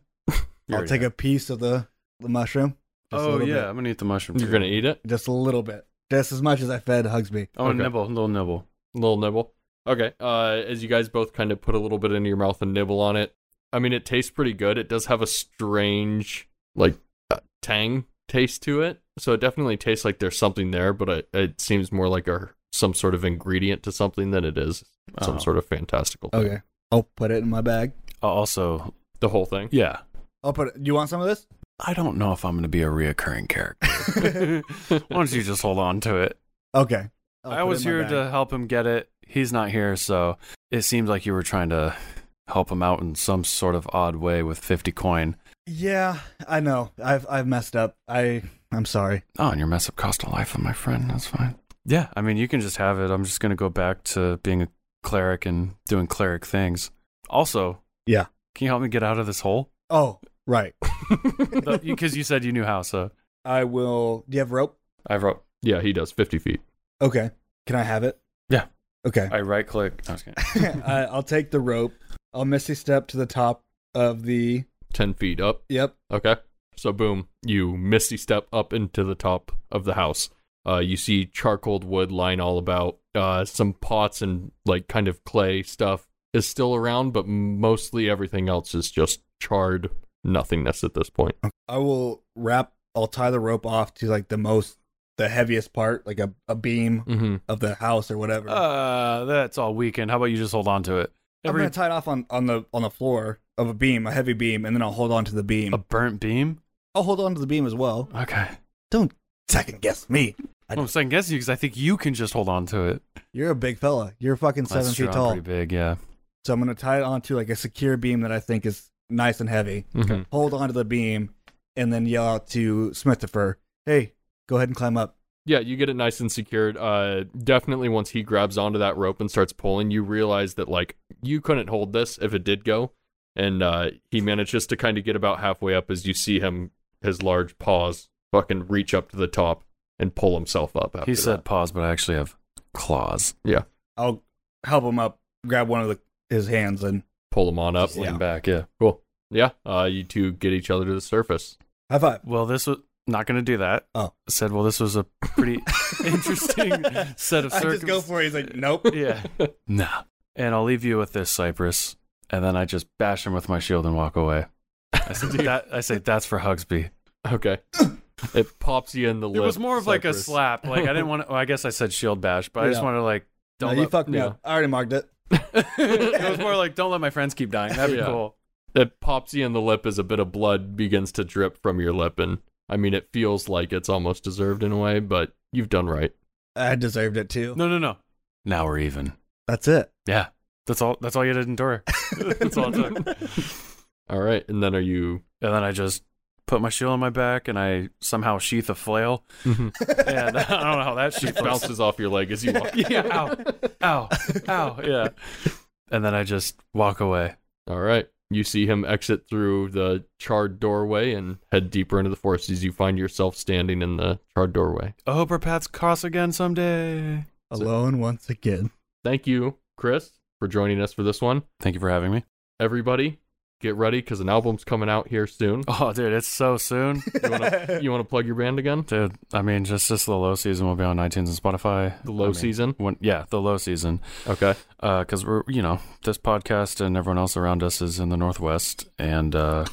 S2: I'll take a piece of the, the mushroom. Just a
S3: Oh,
S2: little
S3: yeah.
S2: bit.
S3: I'm going to eat the mushroom.
S1: You're
S3: too.
S1: gonna eat it,
S2: Just a little bit. Just as much as I fed Hugsby.
S3: I want
S1: Okay.
S3: to Oh, nibble, a little nibble.
S1: little nibble. Okay. Uh, as you guys both kind of put a little bit into your mouth and nibble on it, I mean, it tastes pretty good. It does have a strange like uh, tang taste to it, so it definitely tastes like there's something there, but it, it seems more like a some sort of ingredient to something than it is some
S3: Uh-huh.
S1: sort of fantastical thing.
S2: Okay. I'll put it in my bag.
S3: I'll Uh, also,
S1: The whole thing.
S3: yeah.
S2: I'll put it. You want some of this?
S3: I don't know if I'm going to be a reoccurring character. Why don't you just hold on to it?
S2: Okay. I'll put
S3: I
S2: it
S3: was
S2: in my
S3: here
S2: bag.
S3: to help him get it. He's not here, so it seems like you were trying to help him out in some sort of odd way with 50 coin.
S2: Yeah, I know. I've I've messed up. I I'm sorry.
S3: Oh, and your mess up cost a life of my friend. That's fine. Yeah, I mean, you can just have it. I'm just going to go back to being a cleric and doing cleric things. Also,
S2: Yeah.
S3: Can you help me get out of this hole?
S2: Oh, right.
S3: Because you said you knew how, so
S2: I will. Do you have rope?
S3: I wrote.
S1: Yeah, he does. Fifty feet.
S2: Okay. Can I have it?
S3: Yeah.
S2: Okay.
S3: I right click. I was kidding.
S2: I, I'll take the rope. I'll misty step to the top of the.
S1: Ten feet up.
S2: Yep.
S1: Okay. So boom, you misty step up into the top of the house. Uh, you see charcoaled wood lying all about. Uh, some pots and like kind of clay stuff is still around, but mostly everything else is just charred nothingness at this point.
S2: I will wrap. I'll tie the rope off to like the most, the heaviest part, like a, a beam
S1: Mm-hmm.
S2: of the house or whatever.
S3: Uh, that's all weekend. How about you just hold on to it?
S2: I'm
S3: Every
S2: gonna tie it off on on the on the floor of a beam, a heavy beam, and then I'll hold on to the beam.
S3: a burnt beam.
S2: I'll hold on to the beam as well.
S3: Okay.
S2: Don't second guess me. I
S3: I'm
S2: don't-
S3: second guessing you because I think you can just hold on to it.
S2: You're a big fella. You're fucking seven
S3: That's true.
S2: feet
S3: I'm
S2: tall.
S3: pretty big. Yeah.
S2: So I'm gonna tie it onto like a secure beam that I think is nice and heavy.
S3: Mhm.
S2: Hold onto the beam, and then yell out to Smithifer, "Hey, go ahead and climb up."
S1: Yeah, you get it nice and secured. Uh, definitely once he grabs onto that rope and starts pulling, you realize that like you couldn't hold this if it did go, and uh, he manages to kind of get about halfway up as you see him his large paws fucking reach up to the top and pull himself up. After
S3: He said
S1: that.
S3: pause, but I actually have claws.
S2: I'll help him up, grab one of the, his hands, and
S1: pull him on up.
S3: Just
S2: Yeah.
S3: lean back. Yeah.
S1: Cool. Yeah, uh, you two get each other to the surface.
S2: high five.
S3: Well, this was not going to do that.
S2: Oh.
S3: Said, well, this was a pretty interesting set of
S2: I just go
S3: circumstances.
S2: for it. He's like, "Nope."
S3: yeah. Nah. And I'll leave you with this Cypress, and then I just bash him with my shield and walk away. I say, that, I say that's for Hugsby.
S1: Okay. it pops you in the
S3: It
S1: lip.
S3: was more of like a
S1: Cypress.
S3: slap. Like I didn't want. to, well, I guess I said shield bash, but I just
S2: Yeah.
S3: wanted to like
S2: No,
S3: don't.
S2: you
S3: let-
S2: fucked me
S1: yeah.
S2: up. I already marked it.
S3: it was more like don't let my friends keep dying. That'd be
S1: Yeah.
S3: cool.
S1: It pops you in the lip as a bit of blood begins to drip from your lip, and I mean, it feels like it's almost deserved in a way, but you've done right.
S2: I deserved it too.
S3: No, no, no. Now we're even.
S2: That's it.
S3: Yeah. That's all. That's all you had to endure. that's all it took. And
S1: All right, and then are you?
S3: then I just put my shield on my back, and I somehow sheath a flail. And I don't know how that
S1: She
S3: sheath looks.
S1: bounces off your leg as you walk.
S3: yeah, ow, ow, ow, yeah. And then I just walk away.
S1: All right, you see him exit through the charred doorway and head deeper into the forest as you find yourself standing in the charred doorway.
S3: I hope our paths cross again someday.
S2: Alone once again.
S1: Thank you, Chris, for joining us for this one.
S3: Thank you for having me.
S1: Everybody, get ready because an album's coming out here soon.
S3: Oh, dude, it's so soon.
S1: You want to plug your band again?
S3: Dude, I mean, just this the low season will be on iTunes and Spotify.
S1: The
S3: I
S1: low
S3: mean,
S1: season.
S3: When, yeah, the low season.
S1: Okay.
S3: Because we're, you know, this podcast and everyone else around us is in the Northwest. And, uh,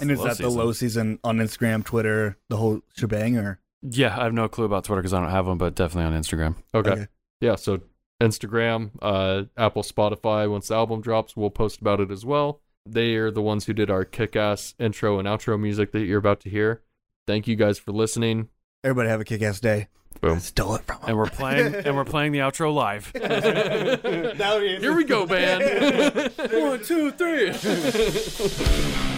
S2: and is that the
S3: season.
S2: low season on Instagram, Twitter, the whole shebang? Or
S3: Yeah, I have no clue about Twitter because I don't have one, but definitely on Instagram.
S1: Okay.
S2: Okay.
S1: Yeah, so Instagram, uh, Apple, Spotify, once the album drops, we'll post about it as well. They are the ones who did our kick ass intro and outro music that you're about to hear. Thank you guys for listening.
S2: everybody have a kick-ass day.
S1: Boom.
S2: I stole it from him.
S3: And we're playing, and we're playing the outro live.
S1: Here we go, band. One, two, three.